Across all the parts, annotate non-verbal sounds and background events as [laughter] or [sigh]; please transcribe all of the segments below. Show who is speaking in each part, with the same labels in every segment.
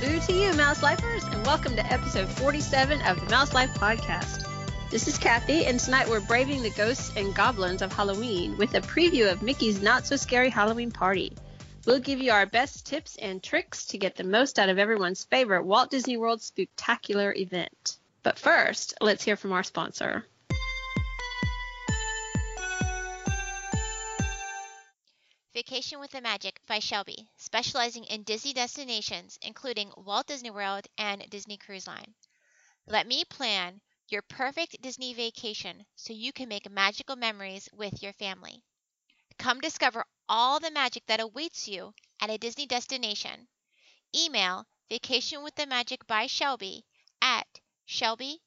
Speaker 1: Boo to you, Mouse Lifers, and welcome to episode 47 of the Mouse Life Podcast. This is Kathy, and tonight we're braving the ghosts and goblins of Halloween with a preview of Mickey's Not So Scary Halloween Party. We'll give you our best tips and tricks to get the most out of everyone's favorite Walt Disney World spectacular event. But first, let's hear from our sponsor.
Speaker 2: Vacation with the Magic by Shelby, specializing in Disney destinations, including Walt Disney World and Disney Cruise Line. Let me plan your perfect Disney vacation so you can make magical memories with your family. Come discover all the magic that awaits you at a Disney destination. Email Vacation with the Magic by Shelby at shelby.frick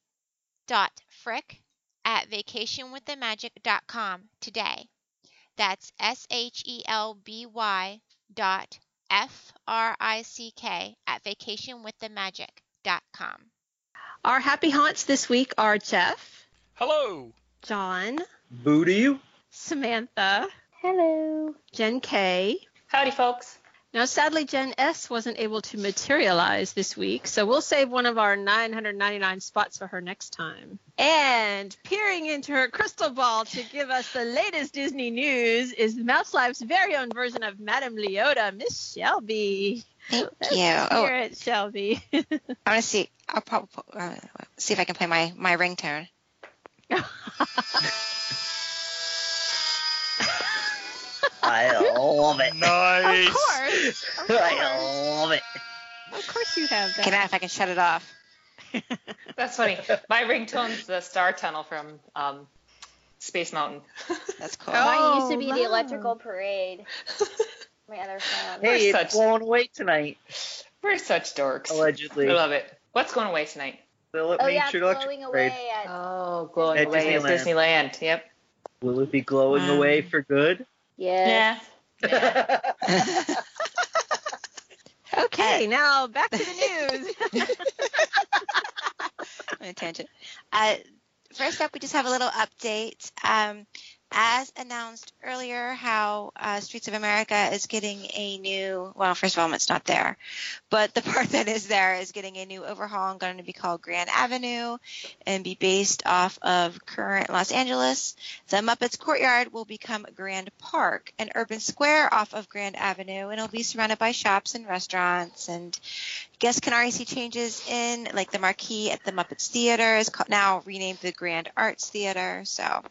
Speaker 2: at vacationwiththemagic.com today. That's S H E L B Y dot F R I C K at vacationwiththemagic.com.
Speaker 1: Our happy haunts this week are Jeff,
Speaker 3: Hello.
Speaker 1: John,
Speaker 4: Boo to you.
Speaker 1: Samantha,
Speaker 5: Hello.
Speaker 1: Jen K.
Speaker 6: Howdy, folks.
Speaker 1: Now, sadly, Gen S wasn't able to materialize this week, so we'll save one of our 999 spots for her next time. And peering into her crystal ball to give us the latest Disney news is Mouse Life's very own version of Madame Leota, Miss Shelby.
Speaker 7: Thank
Speaker 1: Let's
Speaker 7: you. Oh,
Speaker 1: Hear it, Shelby. [laughs]
Speaker 7: I want to see. I'll probably uh, see if I can play my my ringtone.
Speaker 5: [laughs]
Speaker 4: I love it.
Speaker 3: Nice.
Speaker 1: Of course.
Speaker 5: Oh
Speaker 1: Of course.
Speaker 4: [laughs] I love it.
Speaker 1: Of course you have
Speaker 7: Okay,
Speaker 1: that.
Speaker 7: now if I can shut it off.
Speaker 6: That's funny. My ringtone's the Star Tunnel from um, Space Mountain.
Speaker 7: That's cool.
Speaker 1: Oh.
Speaker 5: Mine used to be
Speaker 1: wow.
Speaker 5: the Electrical
Speaker 4: [laughs]
Speaker 5: Parade. My other phone.
Speaker 6: We're
Speaker 4: Hey, it's
Speaker 6: such-
Speaker 4: blowing away tonight,
Speaker 6: We're such dorks.
Speaker 4: allegedly.
Speaker 6: Oh, I love it. What's going away tonight?
Speaker 4: Will it
Speaker 5: Oh
Speaker 4: make
Speaker 5: yeah, it's
Speaker 4: your electric
Speaker 5: blowing
Speaker 4: parade?
Speaker 5: away at
Speaker 6: Oh, glowing
Speaker 4: At
Speaker 6: away at Disneyland. Yep.
Speaker 4: Will it be glowing
Speaker 7: Wow.
Speaker 4: away for good?
Speaker 5: yes.
Speaker 6: Yeah.
Speaker 1: Okay, now back to the news.
Speaker 7: on a tangent. Uh, first up, we just have a little update. Um, as announced earlier, how uh, Streets of America is getting a new, well, first of all, it's not there, but the [laughs] part that is there is getting a new overhaul and going to be called Grand Avenue and be based off of current Los Angeles. The Muppets Courtyard will become Grand Park, an urban square off of Grand Avenue, and it'll be surrounded by shops and restaurants and guests can already see changes in like the marquee at the Muppets Theater is called, now renamed the Grand Arts Theater. So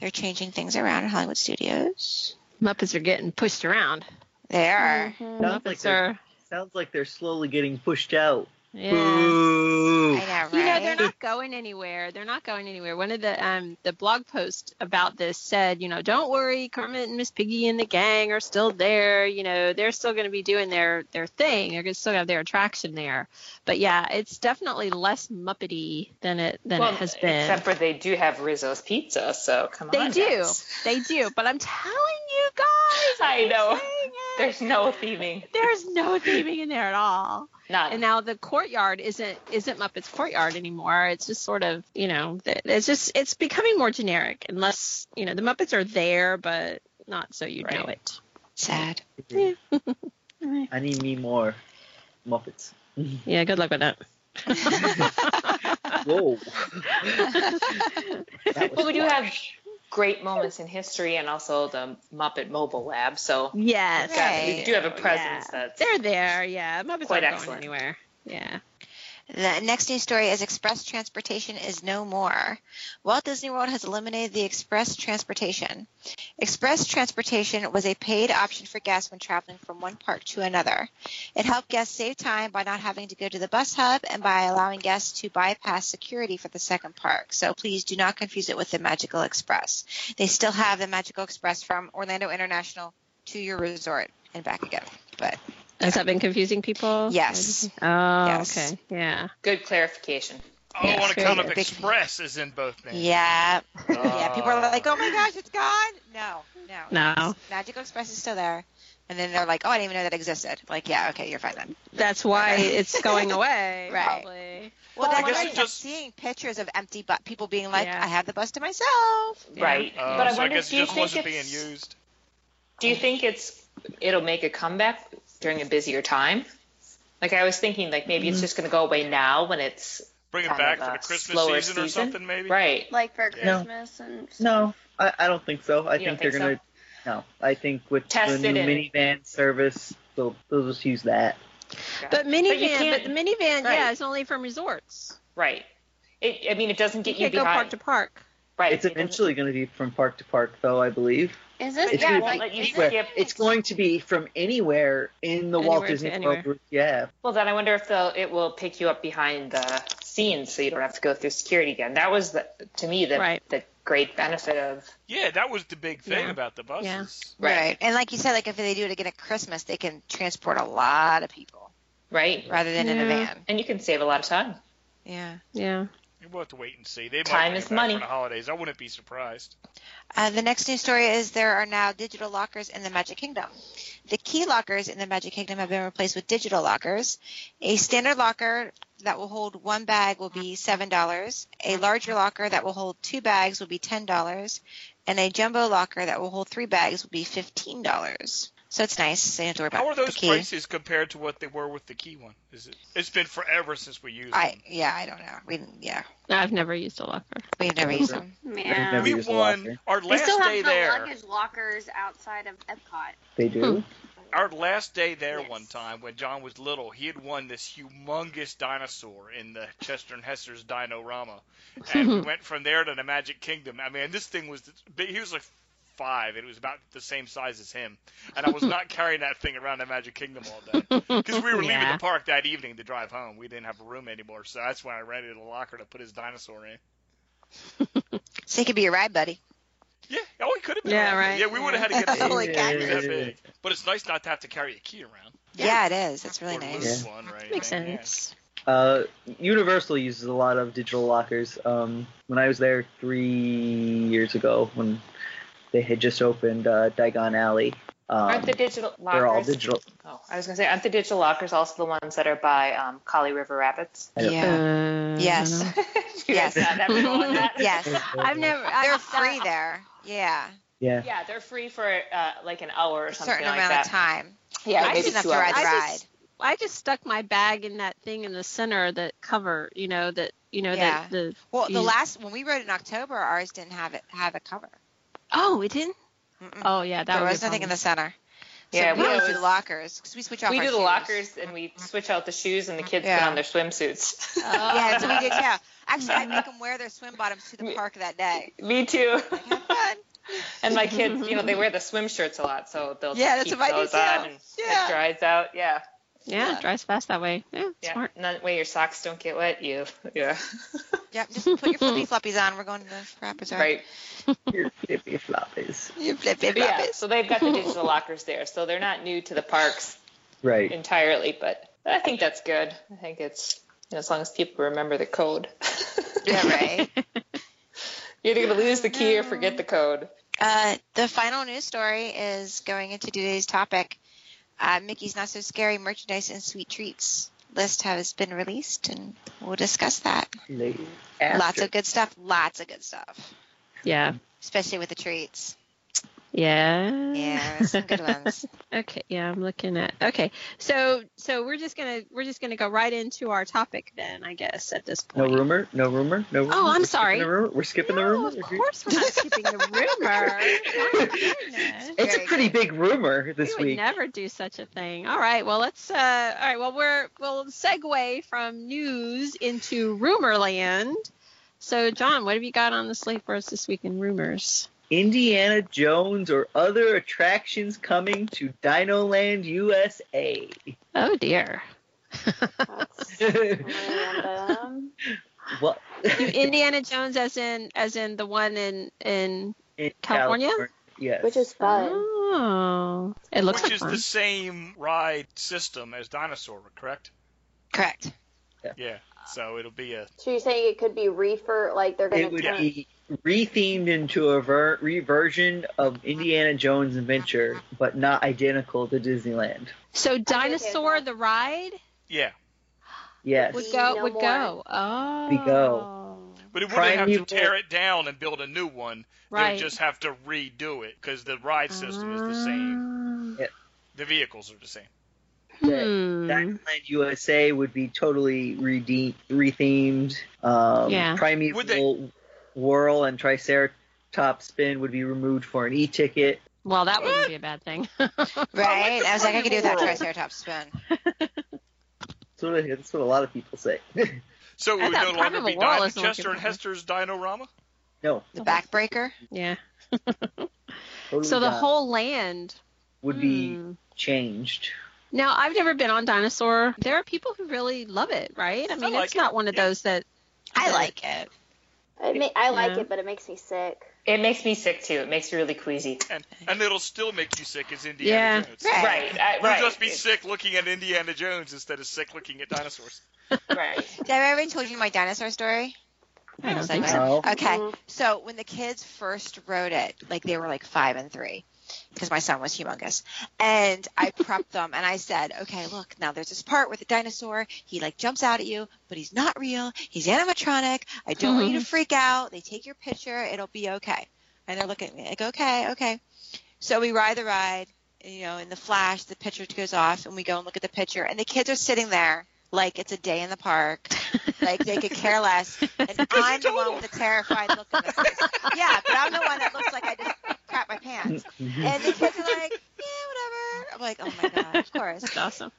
Speaker 7: they're changing things around in Hollywood Studios.
Speaker 1: Muppets are getting pushed around.
Speaker 7: They are.
Speaker 1: Mm-hmm.
Speaker 5: Mhm.
Speaker 4: Sounds like
Speaker 1: Muppets
Speaker 4: they're-
Speaker 1: are.
Speaker 4: [laughs] Sounds like they're slowly getting pushed out.
Speaker 1: Yeah.
Speaker 7: I
Speaker 4: Boo.
Speaker 7: know, right?
Speaker 1: You know, they're not going anywhere. They're not going anywhere. One of the um the blog posts about this said, you know, don't worry, Kermit and Miss Piggy and the gang are still there. You know, they're still going to be doing their their thing. They're going to still have their attraction there. But yeah, it's definitely less muppety than it than
Speaker 6: well,
Speaker 1: it has been.
Speaker 6: Except for they do have Rizzo's Pizza, so come
Speaker 1: They
Speaker 6: on.
Speaker 1: do.
Speaker 6: guys.
Speaker 1: they do, but I'm telling you guys,
Speaker 6: [laughs] I know.
Speaker 1: saying it.
Speaker 6: There's no theming.
Speaker 1: There's no theming in there at all.
Speaker 6: None.
Speaker 1: and now the courtyard isn't isn't Muppets Courtyard anymore. It's just sort of you know th- it's just it's becoming more generic unless you know the Muppets are there but not so you know
Speaker 6: Right.
Speaker 1: it.
Speaker 7: sad.
Speaker 4: I need me more Muppets.
Speaker 1: Yeah, good luck with
Speaker 6: [laughs]
Speaker 1: that.
Speaker 4: Whoa. That
Speaker 6: But
Speaker 4: was
Speaker 6: we do have great moments in history and also the Muppet Mobile Lab, so
Speaker 1: Yes,
Speaker 7: Right.
Speaker 6: we do have a presence
Speaker 1: Yeah.
Speaker 6: that's
Speaker 1: they're there. Yeah, Muppets
Speaker 6: Quite
Speaker 1: aren't going
Speaker 6: excellent.
Speaker 1: anywhere. Yeah.
Speaker 7: The next news story is express transportation is no more. Walt Disney World has eliminated the express transportation. Express transportation was a paid option for guests when traveling from one park to another. It helped guests save time by not having to go to the bus hub and by allowing guests to bypass security for the second park. So please do not confuse it with the Magical Express. They still have the Magical Express from Orlando International to your resort and back again. But
Speaker 1: Has that been confusing people?
Speaker 7: Yes.
Speaker 1: Oh,
Speaker 7: Yes.
Speaker 1: okay. Yeah.
Speaker 6: good clarification.
Speaker 3: Oh,
Speaker 7: Yeah,
Speaker 3: on
Speaker 7: it's
Speaker 3: account
Speaker 7: very
Speaker 3: of
Speaker 7: good.
Speaker 3: Express is in both names.
Speaker 7: yeah, yeah,
Speaker 3: Ah.
Speaker 7: people are like, oh my gosh, it's gone. No, no.
Speaker 1: No,
Speaker 7: Magical Express is still there. And then they're like, oh, I didn't even know that existed. Like, yeah, okay, you're fine then.
Speaker 6: [laughs]
Speaker 1: that's why it's going away.
Speaker 7: Right.
Speaker 1: Probably.
Speaker 7: Well,
Speaker 6: Well,
Speaker 7: that
Speaker 6: I
Speaker 7: guy
Speaker 6: guess it
Speaker 7: kept
Speaker 3: just-
Speaker 7: seeing pictures of empty bu- people being like,
Speaker 1: Yeah.
Speaker 7: I have the bus to myself.
Speaker 1: Yeah.
Speaker 6: Right.
Speaker 3: Uh,
Speaker 6: "Oh, but I
Speaker 3: so
Speaker 6: wonder,
Speaker 3: I guess
Speaker 6: do
Speaker 3: it
Speaker 6: you
Speaker 3: just
Speaker 6: think
Speaker 3: wasn't being
Speaker 6: it's-
Speaker 3: used.
Speaker 6: Do you think it's it'll make a comeback during a busier time? Like I was thinking, like maybe
Speaker 1: Mm-hmm.
Speaker 6: it's just going to go away now when it's
Speaker 3: Bring it
Speaker 6: Kind
Speaker 3: back
Speaker 6: of
Speaker 3: for
Speaker 6: a
Speaker 3: the Christmas
Speaker 6: slower
Speaker 3: season, or
Speaker 6: season?
Speaker 3: something, maybe.
Speaker 6: right.
Speaker 5: Like for
Speaker 4: No.
Speaker 5: Christmas and
Speaker 4: No, I, I don't think so. I
Speaker 6: You don't
Speaker 4: think they're
Speaker 6: think
Speaker 4: gonna. No, I think with
Speaker 6: Test
Speaker 4: the
Speaker 6: it
Speaker 4: new
Speaker 6: in.
Speaker 4: minivan service, they'll they'll just use that.
Speaker 1: But minivan,
Speaker 6: But you
Speaker 1: but,
Speaker 6: can't-
Speaker 1: the minivan, yeah,
Speaker 6: Right.
Speaker 1: it's only from resorts.
Speaker 6: Right. It, I mean, it doesn't
Speaker 1: You
Speaker 6: get you,
Speaker 1: can't go
Speaker 6: behind.
Speaker 1: park to park.
Speaker 6: right.
Speaker 4: It's
Speaker 6: it doesn't-
Speaker 4: eventually gonna be from park to park, though. I believe
Speaker 5: Is this
Speaker 4: It's
Speaker 5: yeah?
Speaker 4: gonna
Speaker 5: Like,
Speaker 6: let you
Speaker 5: is
Speaker 6: swear.
Speaker 5: it,
Speaker 4: where it's going to be from anywhere in the Walt
Speaker 1: Anywhere to
Speaker 4: Disney
Speaker 1: anywhere.
Speaker 4: World. Yeah,
Speaker 6: Well, then I wonder if they'll it will pick you up behind the scenes, so you don't have to go through security again. That was the, to me the
Speaker 1: Right.
Speaker 6: the great benefit of
Speaker 3: Yeah, that was the big thing
Speaker 1: Yeah.
Speaker 3: about the buses.
Speaker 1: Yeah.
Speaker 6: Right.
Speaker 7: And like you said, like if they do it again at Christmas, they can transport a lot of people
Speaker 6: right,
Speaker 7: rather than in a
Speaker 1: Yeah.
Speaker 7: van.
Speaker 6: and you can save a lot of time.
Speaker 7: Yeah.
Speaker 1: Yeah.
Speaker 3: We'll have to wait and see. They might
Speaker 6: Time
Speaker 3: bring
Speaker 6: is
Speaker 3: it back
Speaker 6: money.
Speaker 3: for the holidays. I wouldn't be surprised.
Speaker 7: Uh, the next news story is there are now digital lockers in the Magic Kingdom. The key lockers in the Magic Kingdom have been replaced with digital lockers. A standard locker that will hold one bag will be $7. A larger locker that will hold two bags will be $10. And a jumbo locker that will hold three bags will be $15. So it's nice. So you don't have to worry about
Speaker 3: How are
Speaker 7: the
Speaker 3: those
Speaker 7: key.
Speaker 3: prices compared to what they were with the key one? Is it? It's been forever since we used
Speaker 7: I
Speaker 3: them.
Speaker 7: yeah, I don't know. We yeah,
Speaker 1: I've never used a locker.
Speaker 7: we've never used them.
Speaker 4: I've
Speaker 5: man?
Speaker 4: never
Speaker 3: We
Speaker 4: used a
Speaker 3: won
Speaker 4: locker.
Speaker 3: our
Speaker 5: They
Speaker 3: last
Speaker 5: still have
Speaker 3: day
Speaker 5: the
Speaker 3: there.
Speaker 5: luggage lockers outside of Epcot.
Speaker 4: they
Speaker 6: Hmm.
Speaker 4: do.
Speaker 3: Our last day there
Speaker 5: Yes.
Speaker 3: one time when John was little, he had won this humongous dinosaur in the Chester and Hester's Dinorama, and we went from there to the Magic Kingdom. I mean, this thing was big. He was like five, and it was about the same size as him, and I was not carrying that thing around the Magic Kingdom all day because we were leaving
Speaker 1: Yeah.
Speaker 3: the park that evening to drive home. We didn't have a room anymore, so that's when I rented a locker to put his dinosaur in.
Speaker 7: So you could be your ride buddy.
Speaker 3: Yeah, oh, it could have been.
Speaker 1: Yeah,
Speaker 3: around there.
Speaker 1: right,
Speaker 3: Yeah, we would have had to get a
Speaker 7: Holy
Speaker 3: key.
Speaker 7: cow.
Speaker 3: It was that big. But it's nice not to have to carry a key around.
Speaker 7: Yeah, it is. It's really
Speaker 3: or
Speaker 7: nice.
Speaker 3: lose one, right?
Speaker 1: Makes sense.
Speaker 4: Uh, Universal uses a lot of digital lockers. Um, when I was there three years ago, when they had just opened uh, Diagon Alley, um,
Speaker 6: aren't the digital lockers?
Speaker 4: they're all digital.
Speaker 6: Oh, I was gonna say, aren't the digital lockers also the ones that are by um, Kali River Rapids?
Speaker 4: I don't-
Speaker 1: Uh,
Speaker 6: [laughs]
Speaker 7: Yeah. Yes.
Speaker 1: I
Speaker 6: You guys
Speaker 7: Yes.
Speaker 6: not having all of that?
Speaker 7: [laughs] Yes.
Speaker 1: I've never.
Speaker 7: They're
Speaker 1: I've
Speaker 7: free there. Yeah.
Speaker 4: Yeah.
Speaker 6: Yeah, they're free for uh, like an hour or
Speaker 7: A
Speaker 6: something
Speaker 7: certain
Speaker 6: like
Speaker 7: amount
Speaker 6: that.
Speaker 7: of time.
Speaker 1: I
Speaker 6: Yeah,
Speaker 7: Like, you
Speaker 6: maybe
Speaker 7: didn't have
Speaker 6: two
Speaker 7: to
Speaker 6: hours.
Speaker 7: ride the
Speaker 1: I
Speaker 7: ride.
Speaker 1: just- I just stuck my bag in that thing in the center, that cover, you know, that you know
Speaker 7: Yeah.
Speaker 1: that the
Speaker 7: Well, the
Speaker 1: you-
Speaker 7: last when we rode in October, ours didn't have it have a cover.
Speaker 1: oh, it didn't.
Speaker 7: Mm-mm.
Speaker 1: Oh yeah, that
Speaker 7: there
Speaker 1: would
Speaker 7: was
Speaker 1: be a
Speaker 7: nothing in the
Speaker 1: problem.
Speaker 7: center.
Speaker 6: Yeah,
Speaker 7: so we
Speaker 6: we
Speaker 7: always do
Speaker 6: always-
Speaker 7: the lockers because we switch off.
Speaker 6: we
Speaker 7: our
Speaker 6: do the
Speaker 7: shoes.
Speaker 6: lockers and we switch out the shoes and the kids put
Speaker 7: Yeah. Uh,
Speaker 6: on their swimsuits.
Speaker 7: Yeah, so we did. Yeah, actually, I make them wear their swim bottoms to the
Speaker 6: We-
Speaker 7: park
Speaker 6: [laughs]
Speaker 7: that day.
Speaker 6: [laughs] Me
Speaker 7: [laughs]
Speaker 6: too.
Speaker 7: Like, have fun.
Speaker 6: And my kids, you know, they wear the swim shirts a lot, so they'll
Speaker 7: Yeah, that's
Speaker 6: keep
Speaker 7: what I do
Speaker 6: those
Speaker 7: too.
Speaker 6: on and
Speaker 7: Yeah.
Speaker 6: it dries out. Yeah,
Speaker 1: Yeah,
Speaker 6: Yeah.
Speaker 1: it dries fast that way. Yeah,
Speaker 6: yeah.
Speaker 1: smart.
Speaker 6: And that way your socks don't get wet. You, yeah, [laughs]
Speaker 7: Yep, just put your flippy floppies on. We're going to the
Speaker 6: [laughs]
Speaker 7: rappers.
Speaker 6: right.
Speaker 4: Your flippy floppies.
Speaker 7: You flippy
Speaker 6: But yeah,
Speaker 7: floppies.
Speaker 6: so they've got
Speaker 7: [laughs]
Speaker 6: the digital lockers there, so they're not new to the parks
Speaker 4: Right.
Speaker 6: entirely, but I think that's good. I think it's you know, as long as people remember the [laughs] code.
Speaker 7: Yeah, [laughs] right.
Speaker 6: You're either gonna lose the key or forget the code.
Speaker 7: Uh, the final news story is going into today's topic. Uh, Mickey's Not So Scary merchandise and sweet treats list has been released, and we'll discuss that. Lots of good stuff. Lots of good stuff,
Speaker 1: [laughs] Yeah.
Speaker 7: especially with the treats.
Speaker 1: Yeah.
Speaker 7: Yeah, there's some
Speaker 1: [laughs]
Speaker 7: good ones.
Speaker 1: Okay, yeah, I'm looking at. Okay, so so we're just gonna we're just gonna go right into our topic then, I guess at this
Speaker 4: No
Speaker 1: point.
Speaker 4: rumor. No rumor. No. Rumor.
Speaker 1: Oh, I'm
Speaker 4: We're skipping
Speaker 1: sorry.
Speaker 4: the rumor. We're skipping the
Speaker 1: No,
Speaker 4: rumor.
Speaker 1: of course we're not skipping the rumor.
Speaker 4: [laughs]
Speaker 1: My goodness.
Speaker 4: It's a
Speaker 7: Very
Speaker 4: pretty big rumor
Speaker 1: We
Speaker 4: [laughs] this
Speaker 1: would
Speaker 4: week.
Speaker 1: never do such a thing. All right, well let's. Uh, all right, well we're we'll segue from news into rumor land. So John, what have you got on the slate for us this week in rumors?
Speaker 4: Indiana Jones or other attractions coming to Dino
Speaker 1: [laughs]
Speaker 4: Land USA.
Speaker 1: Oh dear,
Speaker 5: Random.
Speaker 4: what?
Speaker 1: Indiana Jones, as in as in the one in in
Speaker 4: In
Speaker 1: California?
Speaker 4: Yes.
Speaker 5: Which is
Speaker 1: Uh-huh. Uh,
Speaker 5: fun.
Speaker 1: Oh, it looks
Speaker 3: Which
Speaker 1: like
Speaker 3: is
Speaker 1: fun.
Speaker 3: the same ride system as Dinosaur, correct?
Speaker 7: Correct.
Speaker 3: Yeah. So it'll be a
Speaker 5: So you're saying it could be reefer, like they're gonna
Speaker 4: it would
Speaker 5: turn-
Speaker 4: be rethemed into a ver- reversion of Indiana Jones Adventure, but not identical to Disneyland.
Speaker 1: So dinosaur
Speaker 5: okay.
Speaker 1: the ride
Speaker 3: yeah,
Speaker 4: Yes.
Speaker 1: would
Speaker 5: See,
Speaker 1: go
Speaker 5: no
Speaker 1: would
Speaker 5: more.
Speaker 1: go. Oh.
Speaker 4: We go.
Speaker 3: but it wouldn't have to
Speaker 4: Primeval-
Speaker 3: tear it down and build a new one. They
Speaker 1: Right.
Speaker 3: would just have to redo it because the ride system is the same.
Speaker 1: Ah.
Speaker 3: The vehicles are the same.
Speaker 1: Hmm.
Speaker 4: Disneyland USA would be totally rede- rethemed. Um,
Speaker 1: Yeah.
Speaker 4: Primeval
Speaker 3: Would they-
Speaker 4: Whirl and Triceratops Spin would be removed for an e-ticket.
Speaker 1: Well, that [laughs] wouldn't be a bad thing.
Speaker 7: Right? I was like, I could do that
Speaker 3: World.
Speaker 7: Triceratops spin.
Speaker 4: That's what, that's what a lot of people say. [laughs]
Speaker 3: So
Speaker 1: I
Speaker 3: it would
Speaker 1: thought
Speaker 3: no longer
Speaker 1: Primeval
Speaker 3: be
Speaker 1: Whirl
Speaker 3: Di-
Speaker 1: is the one
Speaker 3: Chester
Speaker 1: people
Speaker 3: and
Speaker 1: have. [laughs]
Speaker 3: Hester's Dinorama.
Speaker 4: no,
Speaker 7: The backbreaker.
Speaker 1: yeah.
Speaker 4: totally
Speaker 1: So the
Speaker 4: not.
Speaker 1: whole land
Speaker 4: would be
Speaker 1: Hmm.
Speaker 4: changed.
Speaker 1: Now, I've never been on Dinosaur. There are people who really love it, right? I mean,
Speaker 3: like
Speaker 1: it's
Speaker 3: it.
Speaker 1: not one of
Speaker 3: Yeah.
Speaker 1: those that
Speaker 7: I like it.
Speaker 5: It ma- I like
Speaker 1: Yeah.
Speaker 5: it, but it makes me sick.
Speaker 6: It makes me sick too. It makes me really queasy.
Speaker 3: And, and it'll still make you sick as Indiana
Speaker 1: Yeah.
Speaker 3: Jones.
Speaker 7: Right.
Speaker 6: Right. I,
Speaker 3: You'll
Speaker 6: right.
Speaker 3: just be
Speaker 6: It-
Speaker 3: sick looking at Indiana Jones instead of sick looking at dinosaurs.
Speaker 6: Right.
Speaker 7: Did I ever told you my dinosaur story?
Speaker 1: I don't
Speaker 7: It's
Speaker 1: think
Speaker 7: like-
Speaker 1: so.
Speaker 4: No.
Speaker 7: Okay.
Speaker 5: Mm-hmm.
Speaker 7: So when the kids first wrote it, like they were like five and three, because my son was humongous, and I prepped them and I said, okay, look, now there's this part where the dinosaur he like jumps out at you, but he's not real. He's animatronic. I don't want you to freak out. They take your picture. It'll be okay. And they're looking at me like, okay, okay. So we ride the ride. and, You know, in the flash, the picture goes off, and we go and look at the picture, and the kids are sitting there like it's a day in
Speaker 1: [laughs]
Speaker 7: the park, like they could care less. And I'm the one with the terrified look on their face. Yeah, but I'm the one that looks like I just crap my pants.
Speaker 4: Mm-hmm.
Speaker 7: And the kids are like, yeah, whatever. I'm like, oh my god, of course.
Speaker 1: That's
Speaker 4: [laughs]
Speaker 1: awesome.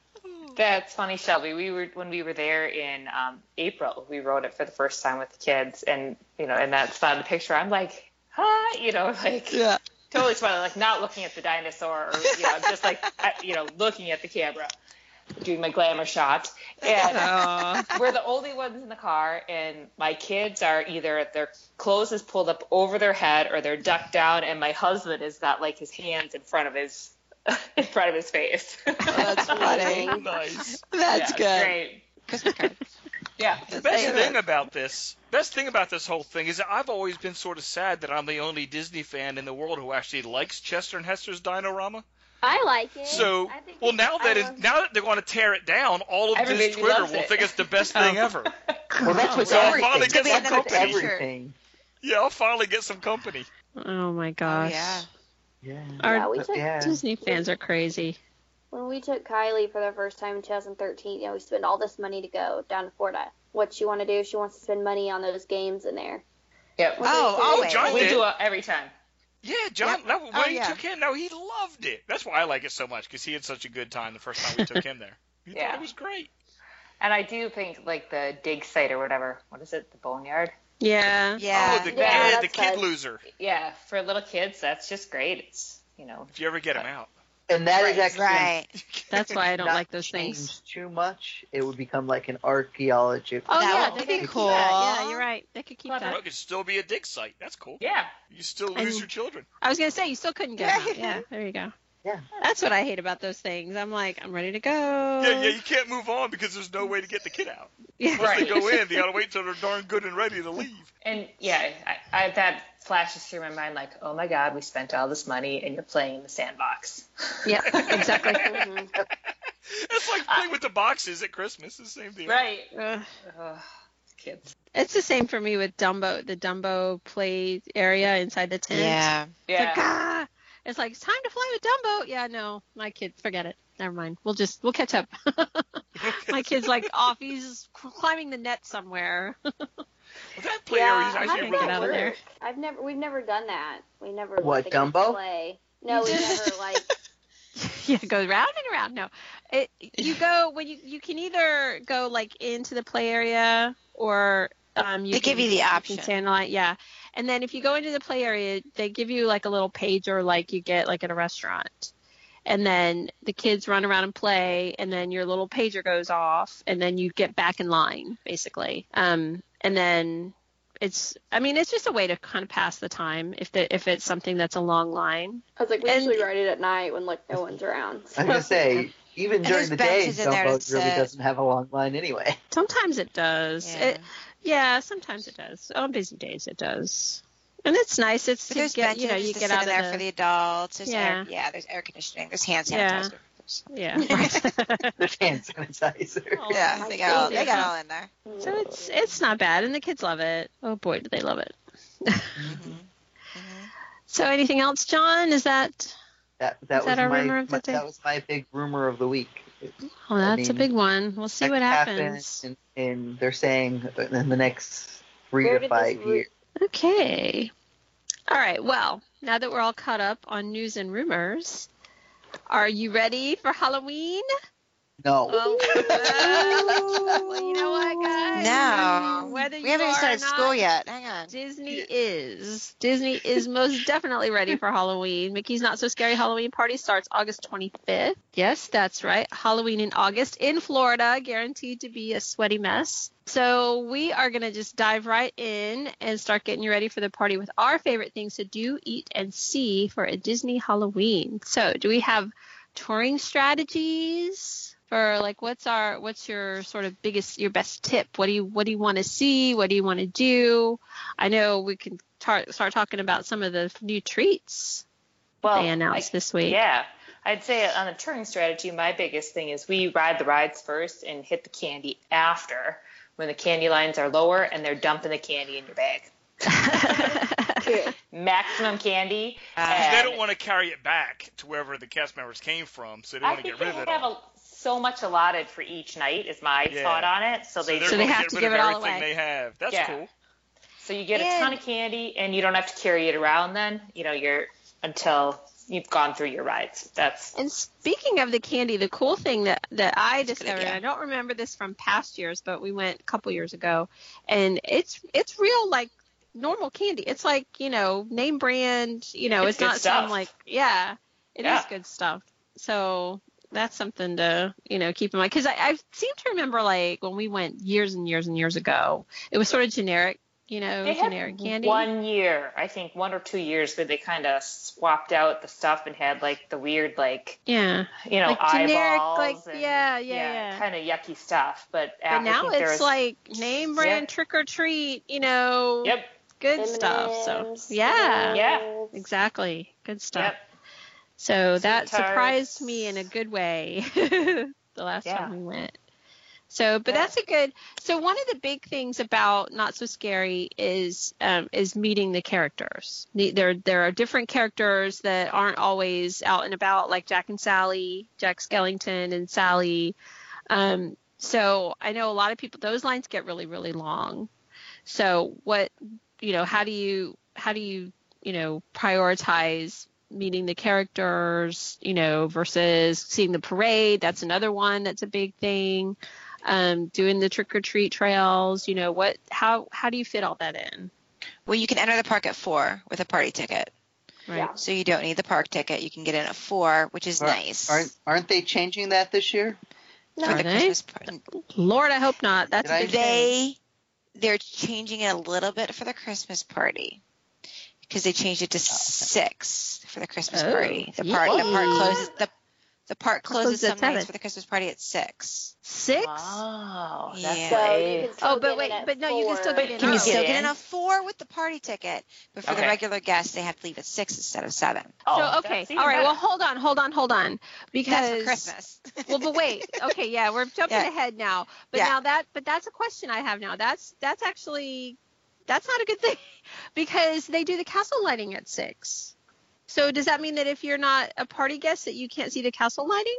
Speaker 6: That's funny, Shelby. We were when we were there in um, April. We wrote it for the first time with the kids, and you know, and that's not in the picture. I'm like, huh, you know, [laughs] like
Speaker 7: Yeah.
Speaker 6: totally smiling, like not looking at the dinosaur, or you know, I'm just like, [laughs] I, you know, looking at the camera, doing my glamour shot, and we're the only ones in the car, and my kids are either their clothes is pulled up over their head or they're ducked down, and my husband has got like his hands in front of his [laughs] in front of his face.
Speaker 7: Oh,
Speaker 6: [laughs]
Speaker 7: that's funny.
Speaker 3: nice.
Speaker 7: That's
Speaker 6: Yeah, it's
Speaker 7: good.
Speaker 6: Great.
Speaker 7: Christmas card.
Speaker 6: Yeah.
Speaker 7: That's
Speaker 3: Best
Speaker 7: good.
Speaker 3: thing about this, best thing about this whole thing is that I've always been sort of sad that I'm the only Disney fan in the world who actually likes Chester and Hester's Dinorama.
Speaker 5: I like it.
Speaker 3: So,
Speaker 5: I think
Speaker 3: well,
Speaker 5: it's-
Speaker 3: now that
Speaker 5: I
Speaker 3: is
Speaker 5: love-
Speaker 3: now that they're going to tear it down, all of
Speaker 6: Everybody
Speaker 3: this Twitter
Speaker 6: loves
Speaker 3: will
Speaker 6: it. Oh.
Speaker 3: think it's the
Speaker 6: [laughs]
Speaker 3: best thing ever.
Speaker 4: Well, that's with
Speaker 3: So I'll
Speaker 4: everything.
Speaker 3: finally get
Speaker 7: It's
Speaker 3: some
Speaker 7: gonna be another
Speaker 3: company.
Speaker 7: picture.
Speaker 4: Everything.
Speaker 3: Yeah, I'll finally get some company.
Speaker 1: Oh my
Speaker 7: Oh,
Speaker 1: gosh.
Speaker 7: yeah.
Speaker 4: Yeah.
Speaker 1: Our
Speaker 5: Yeah, we took-
Speaker 4: yeah.
Speaker 1: Disney fans are crazy.
Speaker 5: When we took Kylie for the first time in 2013, you know, we spent all this money to go down to Florida. What she want to do? She wants to spend money on those games
Speaker 3: [laughs]
Speaker 5: in there.
Speaker 6: Yep.
Speaker 7: Oh,
Speaker 3: Oh,
Speaker 7: always.
Speaker 3: John
Speaker 6: we
Speaker 3: did.
Speaker 6: do it every time.
Speaker 3: Yeah, John. No, when
Speaker 7: Oh,
Speaker 3: he
Speaker 7: yeah.
Speaker 3: took him, no, he loved it. That's why I like it so much because he had such a good time the first time we took him there. He thought
Speaker 6: Yeah.
Speaker 3: it was great.
Speaker 6: And I do think like the dig site or whatever. What is it? The boneyard.
Speaker 1: Yeah.
Speaker 7: Yeah.
Speaker 3: oh, the,
Speaker 5: Yeah,
Speaker 3: yeah, the
Speaker 5: that's
Speaker 3: kid
Speaker 5: fun.
Speaker 3: loser.
Speaker 6: Yeah, for little kids, that's just great. It's you know.
Speaker 3: If you ever get him out.
Speaker 4: And that is
Speaker 6: Right,
Speaker 4: actually
Speaker 7: right.
Speaker 1: That's why I don't
Speaker 4: not
Speaker 1: like those
Speaker 4: changed
Speaker 1: things.
Speaker 4: too much. It would become like an archaeology.
Speaker 1: Oh,
Speaker 7: That
Speaker 1: yeah.
Speaker 7: would
Speaker 1: They
Speaker 7: be
Speaker 1: could
Speaker 7: cool.
Speaker 1: Keep that. Yeah, you're right. They could keep
Speaker 6: Clever.
Speaker 3: Well,
Speaker 1: that.
Speaker 3: it could still be a dig site. That's cool.
Speaker 6: Yeah.
Speaker 3: You still lose
Speaker 1: And-
Speaker 3: your children.
Speaker 1: I was going to say, you still couldn't get out. Yeah, there you go.
Speaker 4: Yeah.
Speaker 1: That's what I hate about those things. I'm like, I'm ready to go.
Speaker 6: Uh,
Speaker 3: Yeah, yeah, you can't move on because there's no way to get the kid out.
Speaker 1: Yeah.
Speaker 3: Once they
Speaker 6: Right.
Speaker 3: go in, they gotta wait till they're darn good and ready to
Speaker 6: [laughs]
Speaker 3: leave.
Speaker 6: And yeah, I, I, that flashes through my mind like, oh my God, we spent all this money and you're playing in the sandbox.
Speaker 1: [laughs] Yeah, exactly.
Speaker 5: Mm-hmm.
Speaker 3: It's like playing with the boxes at Christmas, the same [laughs] deal.
Speaker 6: [laughs] Uh, Right.
Speaker 1: Ugh.
Speaker 6: Ugh, kids.
Speaker 1: It's the same for me with Dumbo, the Dumbo play area inside the tent.
Speaker 7: Yeah.
Speaker 1: It's like,
Speaker 6: Yeah.
Speaker 1: ah, it's like, it's time to fly with Dumbo. Yeah, no, my kids, forget it. Never mind. We'll just, we'll catch up. my kid's like [laughs] off. He's climbing the net somewhere.
Speaker 3: Well, that play area is
Speaker 5: how
Speaker 3: actually
Speaker 5: did
Speaker 1: get
Speaker 3: really
Speaker 5: that
Speaker 1: out of
Speaker 5: work?
Speaker 1: there.
Speaker 5: I've never, we've never done that. We never. let
Speaker 4: What,
Speaker 5: the kids
Speaker 4: Dumbo?
Speaker 5: Play. No, we never like.
Speaker 1: [laughs] yeah, go round and round. No, it, you go when you you can either go like into the play area or um you
Speaker 7: They give
Speaker 1: can-
Speaker 7: you the
Speaker 1: can
Speaker 7: option.
Speaker 1: stand in line. Yeah, and then if you go into the play area, they give you like a little page or like you get like at a restaurant. And then the kids run around and play, and then your little pager goes off, and then you get back in line, basically. Um, and then it's, I mean, it's just a way to kind of pass the time if the if it's something that's a long line.
Speaker 5: I was like, we
Speaker 1: And-
Speaker 5: usually ride it at night when like no
Speaker 4: [laughs]
Speaker 5: one's around.
Speaker 4: I'm gonna say, even
Speaker 7: And
Speaker 4: during
Speaker 7: there's
Speaker 4: the day,
Speaker 7: benches in there to
Speaker 4: Dumbo really
Speaker 7: sit.
Speaker 4: doesn't have a long
Speaker 1: [laughs]
Speaker 4: line anyway. [laughs]
Speaker 1: Sometimes it does.
Speaker 7: Yeah.
Speaker 1: Yeah. It, yeah, sometimes it does. On busy days, it does. And it's nice. It's
Speaker 7: But
Speaker 1: to
Speaker 7: there's
Speaker 1: get
Speaker 7: benches
Speaker 1: you know you
Speaker 7: to
Speaker 1: get
Speaker 7: sit
Speaker 1: out of
Speaker 7: in there
Speaker 1: the,
Speaker 7: for the adults. There's
Speaker 1: Yeah.
Speaker 7: Air, yeah. There's air conditioning. There's hand
Speaker 1: Yeah.
Speaker 7: sanitizer.
Speaker 1: yeah. right.
Speaker 4: There's hand sanitizer.
Speaker 1: Oh,
Speaker 7: [laughs] Yeah.
Speaker 1: [laughs] my
Speaker 7: They got all, they got
Speaker 1: goodness.
Speaker 7: all in there.
Speaker 1: So it's it's not bad, and the kids love it. Oh boy, do they love it. Mm-hmm.
Speaker 7: Mm-hmm.
Speaker 1: So anything else, John? Is that
Speaker 4: That
Speaker 1: Is
Speaker 4: that was
Speaker 1: that our
Speaker 4: my,
Speaker 1: rumor of the
Speaker 4: my-
Speaker 1: day?
Speaker 4: that was my big rumor of the week.
Speaker 1: Well,
Speaker 4: I
Speaker 1: oh, that's a
Speaker 4: mean,
Speaker 1: big one. We'll see
Speaker 4: that
Speaker 1: what
Speaker 4: could happen,
Speaker 1: happens.
Speaker 4: And, and they're saying in the next three
Speaker 5: Where
Speaker 4: to
Speaker 5: did this
Speaker 4: five
Speaker 5: root-
Speaker 4: years.
Speaker 1: Okay. All right. Well, now that we're all caught up on news and rumors, are you ready for Halloween?
Speaker 4: No.
Speaker 1: Well, Oh, well,
Speaker 5: Oh.
Speaker 1: you know what, guys?
Speaker 7: No.
Speaker 1: Whether you
Speaker 7: We haven't
Speaker 1: are
Speaker 7: even
Speaker 1: or
Speaker 7: started
Speaker 1: not,
Speaker 7: school yet. Hang on.
Speaker 1: Disney is. Disney is most definitely ready for Halloween. Mickey's Not So Scary Halloween Party starts August 25th. Yes, that's right. Halloween in August in Florida, guaranteed to be a sweaty mess. So we are going to just dive right in and start getting you ready for the party with our favorite things to do, eat, and see for a Disney Halloween. So, do we have touring strategies for like what's our what's your sort of biggest your best tip? What do you what do you want to see? What do you want to do? I know we can tar- start talking about some of the new treats
Speaker 6: Well,
Speaker 1: they announced
Speaker 6: like,
Speaker 1: this week.
Speaker 6: yeah, I'd say on the touring strategy, my biggest thing is we ride the rides first and hit the candy after when the candy lines are lower and they're dumping the candy in your bag.
Speaker 1: [laughs]
Speaker 6: Maximum candy.
Speaker 3: They
Speaker 6: and-
Speaker 3: don't want to carry it back to wherever the cast members came from, so they
Speaker 6: I
Speaker 3: want to
Speaker 6: think
Speaker 3: get
Speaker 6: they
Speaker 3: rid of it.
Speaker 6: have
Speaker 3: all.
Speaker 6: a, so much allotted for each night is my
Speaker 3: Yeah.
Speaker 6: thought on it. So they
Speaker 3: they're
Speaker 1: So
Speaker 6: so,
Speaker 1: they
Speaker 3: gonna
Speaker 1: have to
Speaker 3: get rid
Speaker 1: give
Speaker 3: of
Speaker 1: it all
Speaker 3: everything
Speaker 1: away.
Speaker 3: they have. That's
Speaker 6: Yeah.
Speaker 3: cool.
Speaker 6: you get a ton
Speaker 7: And-
Speaker 6: of candy and you don't have to carry it around then. You know, you're until you've gone through your rides. That's
Speaker 1: And speaking of the candy, the cool thing that, that I discovered,
Speaker 7: idea.
Speaker 1: and I don't remember this from past years, but we went a couple years ago, and it's it's real like normal candy. It's like you know name brand. You know,
Speaker 6: It's
Speaker 1: it's,
Speaker 6: good
Speaker 1: not some
Speaker 6: stuff.
Speaker 1: like yeah, it is
Speaker 6: Yeah.
Speaker 1: good stuff. So that's something to you know keep in mind because I, I seem to remember like when we went years and years and years ago, it was sort of generic. You know,
Speaker 6: they
Speaker 1: generic
Speaker 6: had
Speaker 1: candy.
Speaker 6: one year, I think one or two years where they kind of swapped out the stuff and had like the weird like
Speaker 1: yeah,
Speaker 6: you know
Speaker 1: Like
Speaker 6: eyeballs
Speaker 1: generic, like,
Speaker 6: and,
Speaker 1: yeah, yeah, yeah.
Speaker 6: kind of yucky stuff. But,
Speaker 1: but
Speaker 6: after, I
Speaker 1: now
Speaker 6: think there
Speaker 1: it's
Speaker 6: was-
Speaker 1: like name brand trick or treat. You know,
Speaker 6: yep,
Speaker 1: good stuff. So
Speaker 5: M&Ms,
Speaker 1: yeah,
Speaker 6: Yeah.
Speaker 5: M&Ms.
Speaker 1: exactly, good stuff.
Speaker 6: yep.
Speaker 1: So that
Speaker 6: Sweet tarts.
Speaker 1: surprised me in a good way [laughs] the last
Speaker 6: Yeah.
Speaker 1: time we went. So, but
Speaker 6: Yeah.
Speaker 1: that's a good. So one of the big things about Not So Scary is um, is meeting the characters. Ne- There there are different characters that aren't always out and about, like Jack and Sally, Jack Skellington and Sally. Um, so I know a lot of people. Those lines get really really long. So what you know? How do you how do you you know prioritize meeting the characters, you know, versus seeing the parade. That's another one that's a big thing. Um, doing the trick or treat trails, you know, what how how do you fit all that in?
Speaker 7: Well, you can enter the park at four with a party ticket,
Speaker 1: Right.
Speaker 5: Yeah.
Speaker 7: so you don't need the park ticket. You can get in at four, which is
Speaker 4: Aren't-
Speaker 7: nice.
Speaker 4: [laughs] Aren't aren't they changing that this year?
Speaker 7: for
Speaker 1: Are
Speaker 7: the
Speaker 1: they?
Speaker 7: Christmas party.
Speaker 1: Lord, I hope not. That's a
Speaker 4: Did I-
Speaker 1: big thing.
Speaker 7: They they're changing it a little bit for the Christmas party because they changed it to six for the Christmas
Speaker 1: Oh,
Speaker 7: party. The park the park
Speaker 1: yee.
Speaker 7: closes the the park closes
Speaker 1: Closes at
Speaker 7: some nights
Speaker 1: seven.
Speaker 7: for the Christmas party at six.
Speaker 1: Six?
Speaker 6: Wow, that's
Speaker 7: Yeah.
Speaker 5: So
Speaker 6: brave.
Speaker 5: you can still
Speaker 1: Oh, but
Speaker 5: get
Speaker 1: wait,
Speaker 5: in at
Speaker 1: but no, you can still
Speaker 5: four.
Speaker 1: get in.
Speaker 6: But can you
Speaker 1: early.
Speaker 7: Still
Speaker 6: get
Speaker 7: get
Speaker 6: in?
Speaker 7: in a four with the party ticket, Oh, but for the
Speaker 6: Okay.
Speaker 7: regular guests, they have to leave at six instead of seven.
Speaker 1: so
Speaker 6: Oh,
Speaker 1: okay,
Speaker 6: that's even
Speaker 1: all right.
Speaker 6: better.
Speaker 1: Well, hold on, hold on, hold on, because
Speaker 7: That's for Christmas.
Speaker 1: [laughs] well, but wait. Okay, yeah,
Speaker 7: [laughs]
Speaker 1: we're jumping
Speaker 7: Yeah.
Speaker 1: ahead now. But
Speaker 7: Yeah.
Speaker 1: now that, but that's a question I have now. That's that's actually that's not a good [laughs] thing because they do the castle lighting at six. So does that mean that if you're not a party guest that you can't see the castle lighting?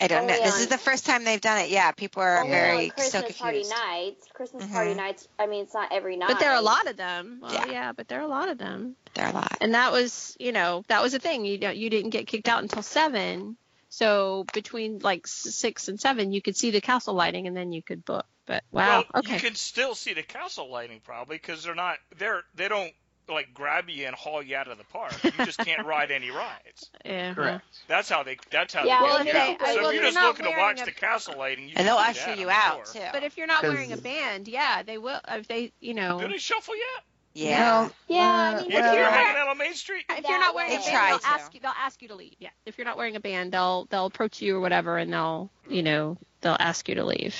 Speaker 7: I
Speaker 1: Oh,
Speaker 7: don't know.
Speaker 5: Only
Speaker 7: This
Speaker 5: on-
Speaker 7: is the first time they've done it. Yeah, people are
Speaker 5: Only
Speaker 7: very
Speaker 5: on Christmas
Speaker 7: still
Speaker 5: party
Speaker 7: confused.
Speaker 5: nights. Christmas party
Speaker 7: Mhm.
Speaker 5: nights. I mean, it's not every night.
Speaker 1: Mm-hmm. But there are a lot of them. Well, yeah.
Speaker 7: Yeah.
Speaker 1: but there are a lot of them.
Speaker 7: They're a lot.
Speaker 1: And that was, you know, that was a thing. You don't, you didn't get kicked out until seven. So between like s- six and seven, you could see the castle lighting and then you could book. But wow,
Speaker 3: Well,
Speaker 1: okay.
Speaker 3: You can still see the castle lighting probably because they're not they're they don't like grab you and haul you out of the park. You just can't
Speaker 6: [laughs]
Speaker 3: ride any rides.
Speaker 1: yeah.
Speaker 4: Correct.
Speaker 3: That's how they. That's how
Speaker 5: Yeah,
Speaker 3: they.
Speaker 5: well,
Speaker 3: get
Speaker 5: if
Speaker 3: you out.
Speaker 5: they- I-
Speaker 3: so
Speaker 5: well,
Speaker 3: if you're
Speaker 5: if
Speaker 3: just
Speaker 1: you're not
Speaker 3: looking to
Speaker 1: wearing
Speaker 3: watch
Speaker 1: a-
Speaker 3: the castle lighting, you
Speaker 7: And
Speaker 3: can
Speaker 7: they'll
Speaker 3: do
Speaker 7: usher
Speaker 3: that,
Speaker 7: you
Speaker 3: I'm
Speaker 7: out
Speaker 3: sure.
Speaker 7: too.
Speaker 1: But if you're not
Speaker 4: 'Cause-
Speaker 1: wearing a band, yeah, they will. If they, you know,
Speaker 3: Do they shuffle you out?
Speaker 7: yeah.
Speaker 4: Well,
Speaker 5: Yeah,
Speaker 4: Uh,
Speaker 5: I mean,
Speaker 3: If
Speaker 4: Well-
Speaker 3: you're
Speaker 5: you're
Speaker 3: hanging out on Main Street,
Speaker 1: if you're not wearing a
Speaker 7: They
Speaker 1: band, they'll
Speaker 7: try to.
Speaker 1: ask you. They'll ask you to leave. Yeah, if you're not wearing a band, they'll they'll approach you or whatever, and they'll you know they'll ask you to leave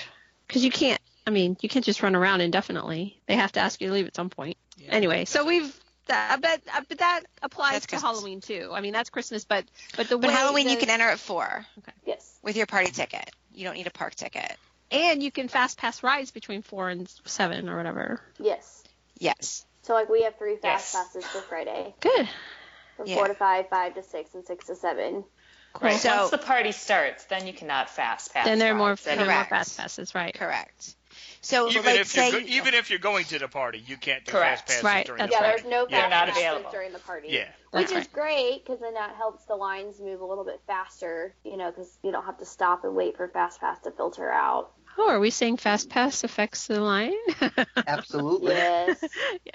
Speaker 1: because you can't. I mean, you can't just run around indefinitely. They have to ask you to leave at some point.
Speaker 3: Yeah.
Speaker 1: Anyway, so we've. That, I bet, I, but that applies
Speaker 7: That's
Speaker 1: to
Speaker 7: Christmas.
Speaker 1: Halloween too. I mean, that's Christmas, but but the
Speaker 7: But
Speaker 1: way
Speaker 7: Halloween,
Speaker 1: the-
Speaker 7: you can enter at four
Speaker 5: Yes.
Speaker 7: with your party ticket. You don't need a park ticket.
Speaker 1: and you can fast pass rides between four and seven or whatever.
Speaker 5: Yes.
Speaker 7: Yes.
Speaker 5: So like we have three
Speaker 6: Yes.
Speaker 5: fast passes for Friday,
Speaker 1: Good.
Speaker 5: from
Speaker 7: Yeah.
Speaker 5: four to five, five to six, and six to seven.
Speaker 7: Cool.
Speaker 6: Right.
Speaker 7: So
Speaker 6: Once the party starts, then you cannot fast pass.
Speaker 1: Then there are more,
Speaker 6: rides. Then
Speaker 1: there are more
Speaker 7: Correct.
Speaker 1: fast passes, right?
Speaker 7: correct. So
Speaker 3: Even
Speaker 7: like
Speaker 3: if
Speaker 7: say
Speaker 3: you're go-
Speaker 7: you-
Speaker 3: even if you're going to the party, you can't do
Speaker 6: Correct.
Speaker 3: fast passes
Speaker 1: Right,
Speaker 3: during
Speaker 1: that's
Speaker 3: the
Speaker 5: yeah,
Speaker 1: right.
Speaker 3: party.
Speaker 5: there's no
Speaker 3: Yeah,
Speaker 5: fast
Speaker 6: not
Speaker 5: passes
Speaker 6: available.
Speaker 5: during the party.
Speaker 3: Yeah.
Speaker 1: That's
Speaker 5: Which is great because then that helps the lines move a little bit faster, you know, because you don't have to stop and wait for Fast Pass to filter out.
Speaker 1: Oh, are we saying fast pass affects the line? yeah, [laughs]
Speaker 4: Absolutely.
Speaker 5: Yes.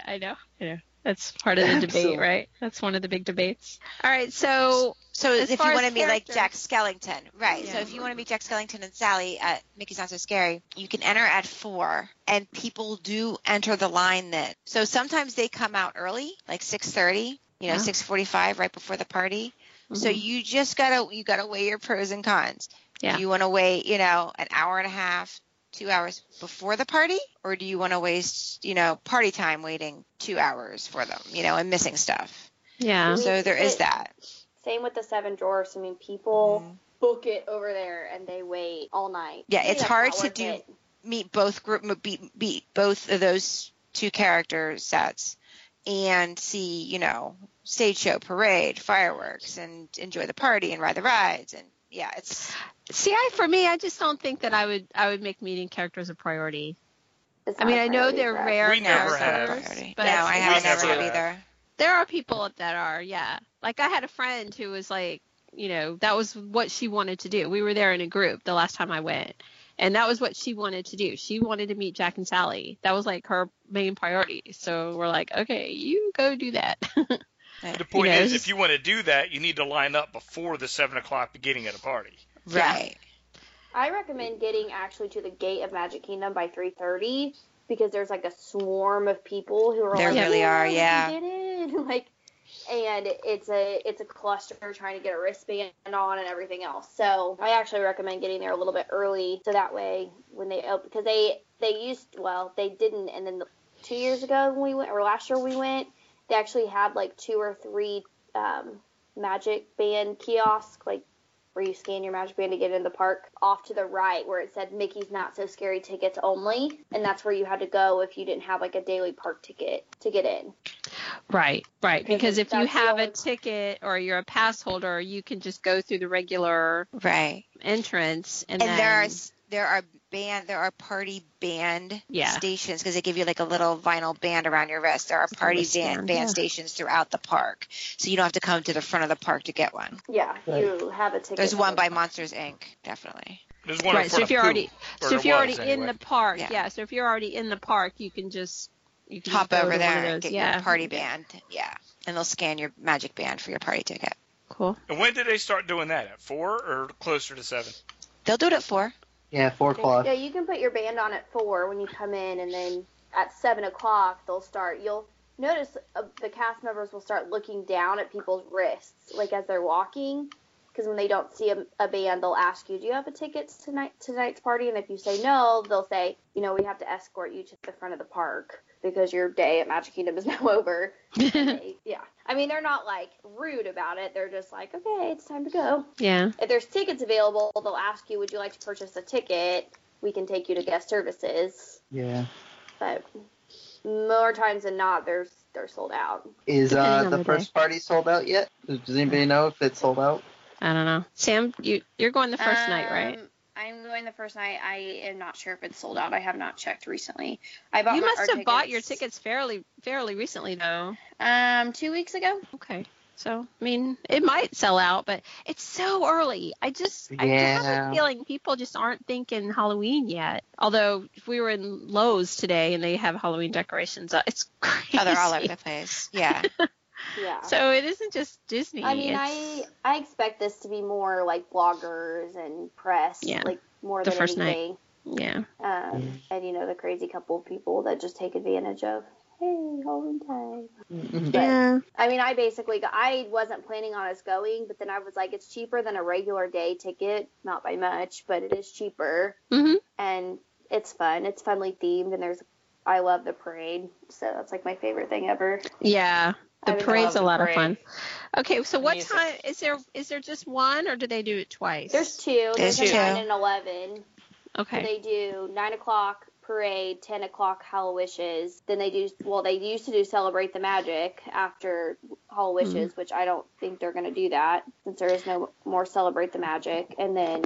Speaker 1: I know. I know. That's part [laughs] of the
Speaker 4: Absolutely.
Speaker 1: debate, right? That's one of the big debates. All right, so
Speaker 7: So
Speaker 1: As
Speaker 7: if
Speaker 1: far
Speaker 7: you
Speaker 1: as
Speaker 7: want to be like Jack
Speaker 1: characters.
Speaker 7: Skellington, right? So
Speaker 1: Yeah.
Speaker 7: if you want to be Jack Skellington and Sally at Mickey's Not So Scary, you can enter at four, and people do enter the line then. So sometimes they come out early, like six thirty, you know,
Speaker 1: Yeah.
Speaker 7: six forty-five, right before the party. So
Speaker 3: Mm-hmm.
Speaker 1: Mhm.
Speaker 7: you just gotta you gotta weigh your pros and cons.
Speaker 1: Yeah.
Speaker 7: Do you want to wait, you know, an hour and a half, two hours before the party, or do you want to waste, you know, party time waiting two hours for them, you know, and missing stuff?
Speaker 3: Uh-huh.
Speaker 1: yeah,
Speaker 7: So there is
Speaker 5: It-
Speaker 7: that.
Speaker 5: [laughs] Same with the Seven Dwarfs. I mean, people
Speaker 7: Mm-hmm.
Speaker 5: book it over there and they wait all night.
Speaker 7: Yeah,
Speaker 5: To me,
Speaker 7: it's
Speaker 5: that's
Speaker 7: hard
Speaker 5: not
Speaker 7: to
Speaker 5: worth
Speaker 7: do
Speaker 5: it.
Speaker 7: meet both group beat, beat both of those two character sets and see you know stage show parade fireworks and enjoy the party and ride the rides and yeah it's
Speaker 1: See, I for me, I just don't think that I would I would make meeting characters a priority.
Speaker 5: It's
Speaker 1: I
Speaker 5: not
Speaker 1: mean,
Speaker 5: a
Speaker 1: I know
Speaker 5: priority
Speaker 1: they're
Speaker 5: for us.
Speaker 1: rare
Speaker 3: We never have.
Speaker 1: characters,
Speaker 7: no
Speaker 1: but
Speaker 7: i haven't
Speaker 3: never
Speaker 7: ever have
Speaker 3: have.
Speaker 7: either
Speaker 1: there are people that are, yeah. Like I had a friend who was like, you know, that was what she wanted to do. We were there in a group the last time I went, and that was what she wanted to do. She wanted to meet Jack and Sally. That was like her main priority. So we're like, okay, you go do that. [laughs]
Speaker 3: The point
Speaker 1: know,
Speaker 3: is,
Speaker 1: it's-
Speaker 3: if you want to do that, you need to line up before the seven o'clock beginning of the party.
Speaker 7: right
Speaker 5: I recommend getting actually to the gate of Magic Kingdom by 3:30 because there's like a swarm of people who are
Speaker 7: There
Speaker 5: like,
Speaker 7: really are,
Speaker 5: "Yay, we
Speaker 7: yeah."
Speaker 5: did it!" [laughs] like, and it's a it's a cluster trying to get a wristband on and everything else. So I actually recommend getting there a little bit early so that way when they open because they they used well they didn't and then the, two years ago when we went or last year we went they actually had like two or three um, magic band kiosk like where you scan your magic band to get into the park off to the right where it said mickey's not so scary tickets only and that's where you had to go if you didn't have like a daily park ticket to get in
Speaker 1: Right, right.
Speaker 5: Because
Speaker 1: Because if you
Speaker 5: that's the
Speaker 1: have a
Speaker 5: only-
Speaker 1: ticket or you're a pass holder, you can just go through the regular
Speaker 7: right
Speaker 1: entrance, and,
Speaker 7: and,
Speaker 1: then,
Speaker 7: there are s- there are band there are party band
Speaker 1: Yeah.
Speaker 7: stations because they give you like a little vinyl band around your wrist there are
Speaker 1: a
Speaker 7: party
Speaker 1: wristband,
Speaker 7: band, band
Speaker 1: yeah.
Speaker 7: stations throughout the park so you don't have to come to the front of the park to get one
Speaker 5: yeah you have a ticket
Speaker 7: There's
Speaker 5: for
Speaker 7: one by
Speaker 5: the-
Speaker 7: Monsters Inc. Definitely.
Speaker 3: There's one in
Speaker 1: right. So
Speaker 3: front
Speaker 1: if you're
Speaker 3: of Pooh,
Speaker 1: already
Speaker 3: or
Speaker 1: so if
Speaker 3: there
Speaker 1: you're
Speaker 3: was,
Speaker 1: already in
Speaker 3: anyway.
Speaker 1: the park, yeah.
Speaker 7: Yeah.
Speaker 1: So if you're already in the park, you can just you can
Speaker 7: Hop
Speaker 1: just go
Speaker 7: over
Speaker 1: to
Speaker 7: there
Speaker 1: One of
Speaker 7: and
Speaker 1: those.
Speaker 7: get
Speaker 1: yeah.
Speaker 7: your party band. Yeah. And they'll scan your magic band for your party ticket.
Speaker 1: Cool. [laughs]
Speaker 3: And when did they start doing that? At four or closer to seven?
Speaker 7: They'll do it
Speaker 1: [laughs]
Speaker 7: at four.
Speaker 4: Yeah, four o'clock.
Speaker 5: yeah you can put your band on at four when you come in and then at seven o'clock they'll start you'll notice uh, the cast members will start looking down at people's wrists like as they're walking because when they don't see a, a band they'll ask you do you have a ticket to tonight tonight's party and if you say no they'll say you know we have to escort you to the front of the park because your day at magic kingdom is [laughs] now over They- yeah i mean they're not like rude about it they're just like okay it's time to go
Speaker 1: Yeah.
Speaker 5: if there's tickets available they'll ask you would you like to purchase a ticket we can take you to guest services
Speaker 4: Yeah.
Speaker 5: but more times than not, they're they're sold out.
Speaker 4: Is uh,
Speaker 1: Depending on
Speaker 4: the
Speaker 1: the
Speaker 4: first party sold out yet? Does anybody know if it's sold out?
Speaker 1: I don't know. Sam, you you're going the first night, right?
Speaker 5: Um, I'm going the first night. I am not sure if it's sold out. I have not checked recently. I bought
Speaker 1: You
Speaker 5: my-
Speaker 1: must
Speaker 5: our
Speaker 1: have bought your
Speaker 5: tickets,
Speaker 1: tickets fairly fairly recently though.
Speaker 5: um two weeks ago.
Speaker 1: Okay. So, I mean, it might sell out, but it's so early. I just, I just have
Speaker 4: Yeah.
Speaker 1: a feeling people just aren't thinking Halloween yet. Although, if we were in Lowe's today and they have Halloween decorations up, it's [laughs] crazy.
Speaker 7: Oh, they're all over the place.
Speaker 1: [laughs]
Speaker 7: Yeah.
Speaker 5: Yeah.
Speaker 1: So, it isn't just Disney.
Speaker 5: I mean, I
Speaker 1: it's-
Speaker 5: I expect this to be more like bloggers and press,
Speaker 1: Yeah.
Speaker 5: like more
Speaker 1: The
Speaker 5: than
Speaker 1: first night.
Speaker 5: anything.
Speaker 1: Yeah.
Speaker 5: Um, and you know the crazy couple of people that just take advantage of hey Halloween time.
Speaker 4: Mhm.
Speaker 5: But- I mean, I basically got, I wasn't planning on us going, but then I was like, it's cheaper than a regular day ticket, not by much, but it is cheaper
Speaker 1: Mm-hmm.
Speaker 5: and it's fun. It's funly themed, and there's I love the parade, so that's like my favorite thing ever.
Speaker 1: Yeah. The
Speaker 5: I would
Speaker 1: parade's
Speaker 5: love
Speaker 1: a
Speaker 5: the
Speaker 1: lot
Speaker 6: parade.
Speaker 1: of fun. Okay, so what
Speaker 6: Music.
Speaker 1: time is there? Is there just one, or do they do it twice?
Speaker 5: There's two. There's,
Speaker 7: There's
Speaker 5: a
Speaker 7: two.
Speaker 5: nine and eleven.
Speaker 1: okay.
Speaker 5: They do nine o'clock parade, 10 o'clock Hall Wishes. Then they do, well, they used to do Celebrate the Magic after Hall Wishes,
Speaker 1: Mm-hmm.
Speaker 5: which I don't think they're going to do that since there is no more Celebrate the Magic. And then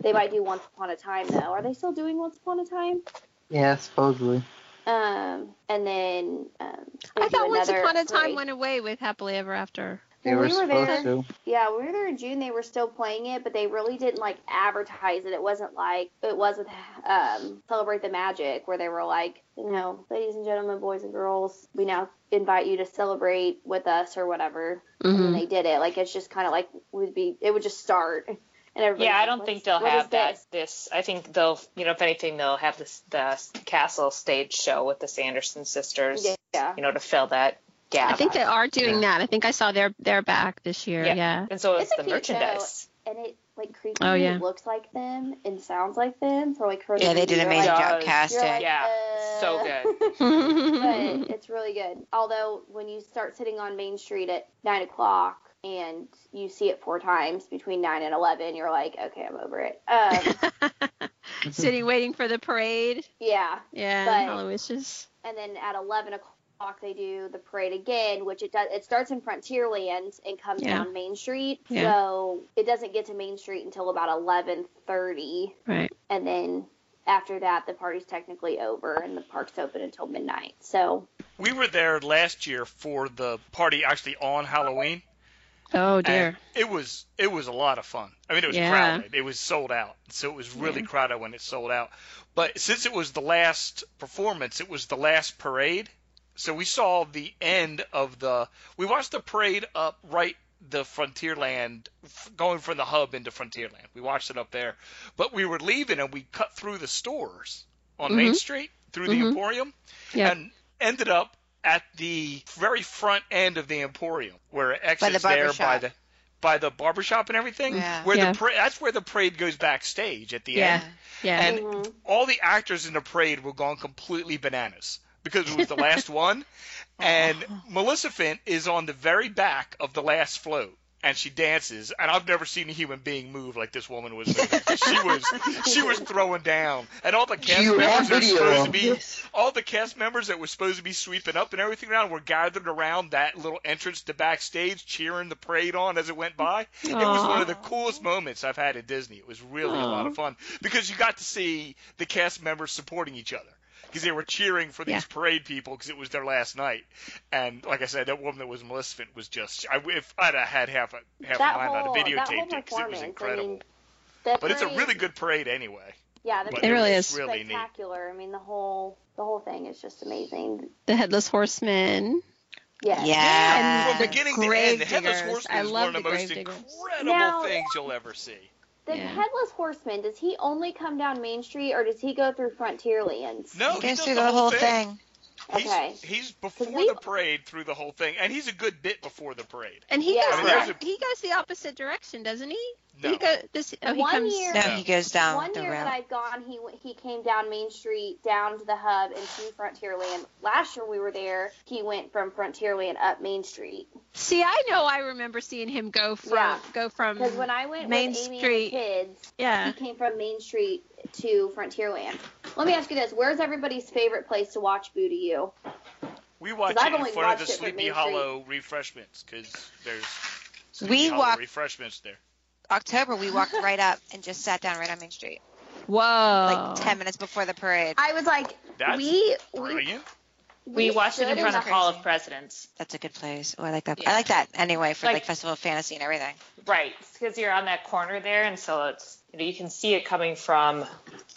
Speaker 5: they might do Once Upon a Time, though. Are they still doing Once Upon a Time?
Speaker 4: Yeah, supposedly.
Speaker 5: Um, and then um, they
Speaker 1: I
Speaker 5: do
Speaker 1: thought Once
Speaker 5: another
Speaker 1: Upon a Time
Speaker 5: parade.
Speaker 1: went away with Happily Ever After.
Speaker 4: They
Speaker 5: Well,
Speaker 4: were
Speaker 5: we were
Speaker 4: supposed
Speaker 5: there.
Speaker 4: to.
Speaker 5: Yeah, when we were there in June. They were still playing it, but they really didn't like advertise it. It wasn't like it was with um, Celebrate the Magic, where they were like, you know, ladies and gentlemen, boys and girls, we now invite you to celebrate with us or whatever.
Speaker 6: Mm-hmm.
Speaker 1: Mm-hmm.
Speaker 5: And then they did it. Like it's just kind of like would be it would just start. And everybody.
Speaker 6: Yeah, I don't think they'll have that. This, I think they'll, you know, if anything, they'll have this the castle stage show with the Sanderson sisters,
Speaker 5: Yeah, yeah.
Speaker 6: you know, to fill that gap.
Speaker 1: I think they are doing that. I think I saw their their back this year. Yeah.
Speaker 6: Yeah. and so it's,
Speaker 5: It's a
Speaker 6: the
Speaker 5: cute
Speaker 6: merchandise.
Speaker 5: And it like creepy
Speaker 1: Oh, yeah.
Speaker 5: looks like them and sounds like them. So like for
Speaker 7: Yeah, they did an
Speaker 5: you're
Speaker 7: amazing
Speaker 5: like-
Speaker 7: job
Speaker 6: Does-
Speaker 5: you're
Speaker 7: casting.
Speaker 5: like,
Speaker 6: Yeah,
Speaker 5: uh,
Speaker 6: so good.
Speaker 1: [laughs]
Speaker 5: [laughs] but it's really good. Although when you start sitting on Main Street at nine o'clock and you see it four times between nine and eleven, you're like, okay, I'm over it.
Speaker 1: [laughs]
Speaker 5: Um,
Speaker 1: Sitting waiting for the parade.
Speaker 5: yeah.
Speaker 1: Yeah.
Speaker 5: But-
Speaker 1: Hollow wishes.
Speaker 5: And then at eleven o'clock they do the parade again, which it does. It starts in Frontierland and comes
Speaker 1: Yeah.
Speaker 5: down Main Street.
Speaker 1: Yeah.
Speaker 5: So it doesn't get to Main Street until about eleven thirty,
Speaker 1: Right.
Speaker 5: and then after that the party's technically over and the park's open until midnight. So
Speaker 3: We were there last year for the party actually on Halloween.
Speaker 1: Oh
Speaker 3: and
Speaker 1: dear.
Speaker 3: It was it was a lot of fun. I mean, it was
Speaker 1: Yeah.
Speaker 3: crowded. It was sold out. So it was really crowded when it sold out. But since it was the last performance, it was the last parade. So we saw the end of the. We watched the parade up right the Frontierland, f- going from the hub into Frontierland. We watched it up there. But we were leaving and we cut through the stores on Main Street through the
Speaker 1: Mhm.
Speaker 3: Emporium
Speaker 1: Yeah.
Speaker 3: and ended up at the very front end of the Emporium where it exits there by
Speaker 7: barbershop.
Speaker 3: the by the barbershop and everything.
Speaker 7: Yeah.
Speaker 3: Where
Speaker 1: Yeah.
Speaker 3: the pra- that's where the parade goes backstage at the
Speaker 1: yeah.
Speaker 3: end.
Speaker 1: Yeah.
Speaker 3: And
Speaker 5: Mhm.
Speaker 3: all the actors in the parade were gone completely bananas because it was the
Speaker 1: [laughs]
Speaker 3: last one. And
Speaker 1: Oh.
Speaker 3: Melissa Fint is on the very back of the last float. And she dances, and I've never seen a human being move like this woman was. Moving. She was, she was throwing down, and all the cast
Speaker 4: You
Speaker 3: members
Speaker 4: have
Speaker 3: that were
Speaker 4: video
Speaker 3: supposed to
Speaker 4: of
Speaker 3: be
Speaker 4: this.
Speaker 3: all the cast members that were supposed to be sweeping up and everything around were gathered around that little entrance to backstage, cheering the parade on as it went by. It was one of the coolest moments I've had at Disney. It was really a lot of fun because you got to see the cast members supporting each other because they were cheering for these
Speaker 1: Yeah.
Speaker 3: parade people because it was their last night. And like I said, that woman that was Melissa Fint was just I, if I'd have had half a half
Speaker 5: that
Speaker 3: a mind,
Speaker 5: whole uh,
Speaker 3: I'd have
Speaker 5: that whole
Speaker 3: videotaped it because it
Speaker 5: performance,
Speaker 3: was
Speaker 5: I
Speaker 3: incredible.
Speaker 5: mean, the
Speaker 3: but it's a
Speaker 5: parade-
Speaker 3: really good parade anyway.
Speaker 5: Yeah, the
Speaker 3: But
Speaker 1: It
Speaker 5: picture
Speaker 1: really
Speaker 3: was
Speaker 1: is.
Speaker 3: really neat.
Speaker 5: spectacular. I mean, the whole the whole thing is just amazing.
Speaker 1: the headless horseman.
Speaker 5: Yeah.
Speaker 7: Yeah.
Speaker 3: From beginning to
Speaker 1: Grave
Speaker 3: end, the Headless
Speaker 1: Diggers.
Speaker 3: Horseman
Speaker 1: I
Speaker 3: is
Speaker 1: love
Speaker 3: one of
Speaker 1: the
Speaker 3: the most
Speaker 1: Grave Diggers.
Speaker 3: incredible
Speaker 5: Now-
Speaker 3: things you'll ever see.
Speaker 5: The
Speaker 1: Yeah.
Speaker 5: headless horseman, does he only come down Main Street or does he go through Frontierlands?
Speaker 3: No,
Speaker 7: He
Speaker 3: he
Speaker 7: goes
Speaker 3: does
Speaker 7: through
Speaker 3: the whole thing.
Speaker 5: Okay.
Speaker 3: He's, he's
Speaker 5: Cause
Speaker 3: before
Speaker 5: we-
Speaker 3: the parade through the whole thing, and he's a good bit before the parade.
Speaker 1: And he
Speaker 5: Yeah.
Speaker 1: goes
Speaker 5: I
Speaker 3: mean, there's
Speaker 1: the- he goes the opposite direction, doesn't he?
Speaker 3: No.
Speaker 1: He go this oh he
Speaker 5: One
Speaker 1: comes
Speaker 5: year-
Speaker 7: No,
Speaker 3: Yeah.
Speaker 7: he goes down
Speaker 5: One
Speaker 7: the
Speaker 5: year that
Speaker 7: route.
Speaker 5: I've gone, he w- he came down Main Street, down to the hub, and to Frontierland. Last year we were there, he went from Frontierland up Main Street.
Speaker 1: See, I know I remember seeing him go from
Speaker 5: Yeah.
Speaker 1: go from
Speaker 5: Because when I went
Speaker 1: Mm. Main
Speaker 5: with Amy
Speaker 1: Street.
Speaker 5: and the kids,
Speaker 1: Yeah.
Speaker 5: he came from Main Street to Frontierland. Let me ask you this: Where's everybody's favorite place to watch Boo to You?
Speaker 3: We watch
Speaker 5: 'Cause I've
Speaker 3: it in
Speaker 5: only
Speaker 3: front of the
Speaker 5: watched it from
Speaker 3: Sleepy
Speaker 5: Main
Speaker 3: Hollow refreshments because there's Sleepy
Speaker 7: We
Speaker 3: Hollow
Speaker 7: walked-
Speaker 3: refreshments there.
Speaker 7: October, we walked right up and just sat down right on Main Street,
Speaker 1: Whoa.
Speaker 7: like 10 minutes before the parade.
Speaker 5: I was like,
Speaker 3: That's
Speaker 5: we we
Speaker 3: brilliant.
Speaker 6: We watched it in
Speaker 5: stood
Speaker 6: front
Speaker 5: the-
Speaker 6: of Hall of Presidents.
Speaker 7: That's a good place. Oh, I like that.
Speaker 6: Yeah.
Speaker 7: I like that anyway for like,
Speaker 6: Like-
Speaker 7: Festival of Fantasy and everything.
Speaker 6: Right, because you're on that corner there, and so it's you, know, you can see it coming from,